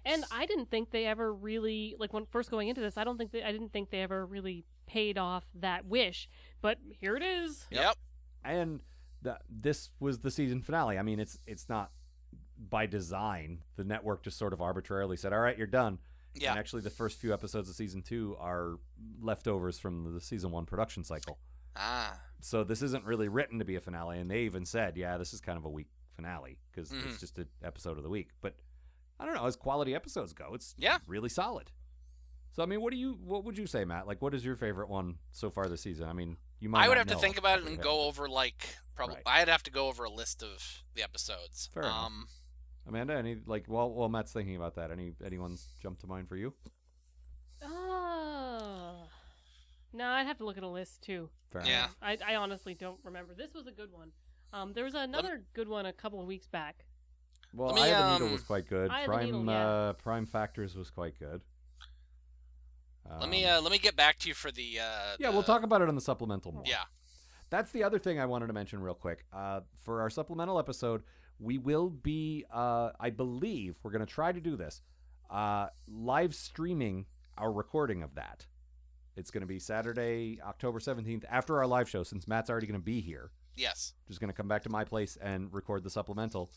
S7: And I didn't think they ever really like when first going into this. I don't think they, I didn't think they ever really paid off that wish. But here it is.
S6: yep.
S5: and the, this was the season finale. I mean, it's it's not by design. The network just sort of arbitrarily said, "All right, you're done."
S6: Yeah.
S5: And actually, the first few episodes of season two are leftovers from the season one production cycle.
S6: Ah.
S5: So this isn't really written to be a finale. And they even said, "Yeah, this is kind of a weak finale because
S6: Mhm.
S5: it's just an episode of the week." But I don't know. As quality episodes go, it's
S6: Yeah.
S5: really solid. So I mean, what do you what would you say, Matt? Like, what is your favorite one so far this season? I mean, you might
S6: I would
S5: not
S6: have to
S5: know
S6: think
S5: off the top
S6: about it
S5: of
S6: and
S5: your head.
S6: go over like probably.
S5: Right.
S6: I'd have to go over a list of the episodes.
S5: Fair enough.
S6: um.
S5: Amanda, any like while while Matt's thinking about that, any anyone's jump to mind for you?
S7: Oh. No, I'd have to look at a list too.
S5: Fair
S6: Yeah.
S5: enough.
S7: I, I honestly don't remember. This was a good one. Um, there was another good one a couple of weeks back.
S5: Well,
S6: Let me,
S5: Eye of the Needle
S6: um,
S5: was quite good.
S7: Eye of the
S5: Prime
S7: Needle, yeah.
S5: uh, Prime Factors was quite good.
S6: let me
S5: Um,
S6: uh, let me get back to you for the. Uh,
S5: yeah, we'll
S6: the-
S5: talk about it on the supplemental more.
S6: Yeah.
S5: That's the other thing I wanted to mention real quick. Uh, for our supplemental episode, we will be, uh, I believe, we're going to try to do this, uh, live streaming our recording of that. It's going to be Saturday, October 17th, after our live show, since Matt's already going to be here.
S6: Yes.
S5: just going to come back to my place and record the supplemental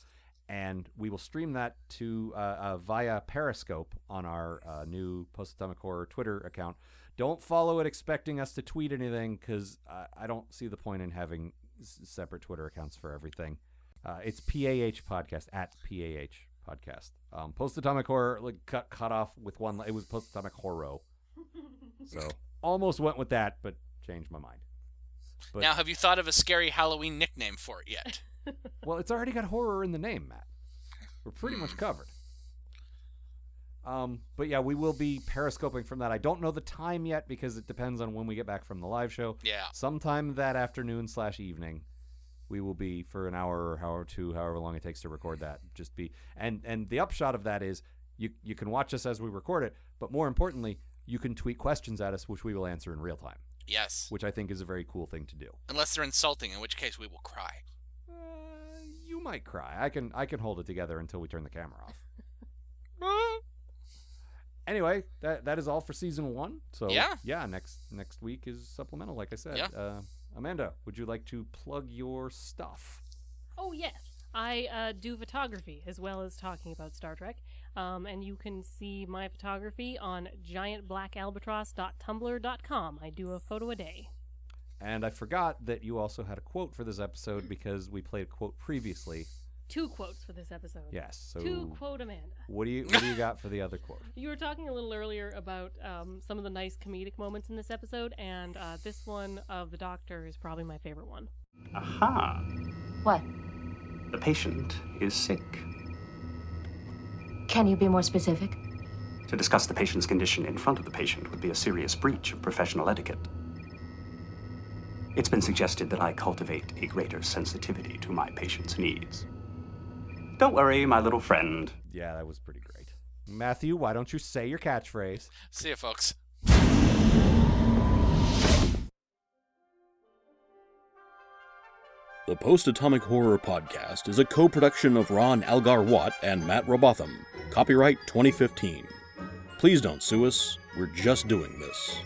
S5: and we will stream that to uh, uh, via periscope on our uh, new post atomic horror twitter account don't follow it expecting us to tweet anything because uh, i don't see the point in having s- separate twitter accounts for everything uh, it's pah podcast at pah podcast um, post atomic horror like cut cut off with one li- it was post atomic horror so almost went with that but changed my mind But-
S6: now, have you thought of a scary Halloween nickname for it yet?
S5: Well, it's already got horror in the name, Matt. We're pretty much covered. Um, but yeah, we will be periscoping from that. I don't know the time yet because it depends on when we get back from the live show.
S6: yeah.
S5: Sometime that afternoon slash evening, we will be for an hour or hour or two, however long it takes to record that. Just be and and the upshot of that is you you can watch us as we record it, but more importantly, you can tweet questions at us, which we will answer in real time,
S6: Yes.
S5: which I think is a very cool thing to do.
S6: Unless they're insulting, in which case we will cry.
S5: Uh, you might cry. I can I can hold it together until we turn the camera off. anyway, that that is all for season one. So
S6: Yeah.
S5: next next week is supplemental, like I said.
S6: Yeah.
S5: Uh, Amanda, would you like to plug your stuff?
S7: Oh yes, I uh, do photography as well as talking about Star Trek, um, and you can see my photography on giantblackalbatross.tumblr.com. I do a photo a day.
S5: And I forgot that you also had a quote for this episode because we played a quote previously.
S7: Two quotes for this episode.
S5: Yes. So
S7: Two quote Amanda.
S5: what do you what do you got for the other quote?
S7: You were talking a little earlier about um, some of the nice comedic moments in this episode, and uh, this one of the Doctor is probably my favorite one.
S8: Aha!
S9: What?
S8: The patient is sick.
S9: Can you be more specific?
S8: To discuss the patient's condition in front of the patient would be a serious breach of professional etiquette. It's been suggested that I cultivate a greater sensitivity to my patient's needs. Don't worry, my little friend.
S5: Yeah, that was pretty great. Matthew, why don't you say your catchphrase?
S6: See you, folks.
S4: The Post Atomic Horror Podcast is a co production of Ron Algar Watt and Matt Robotham. Copyright 2015. Please don't sue us, we're just doing this.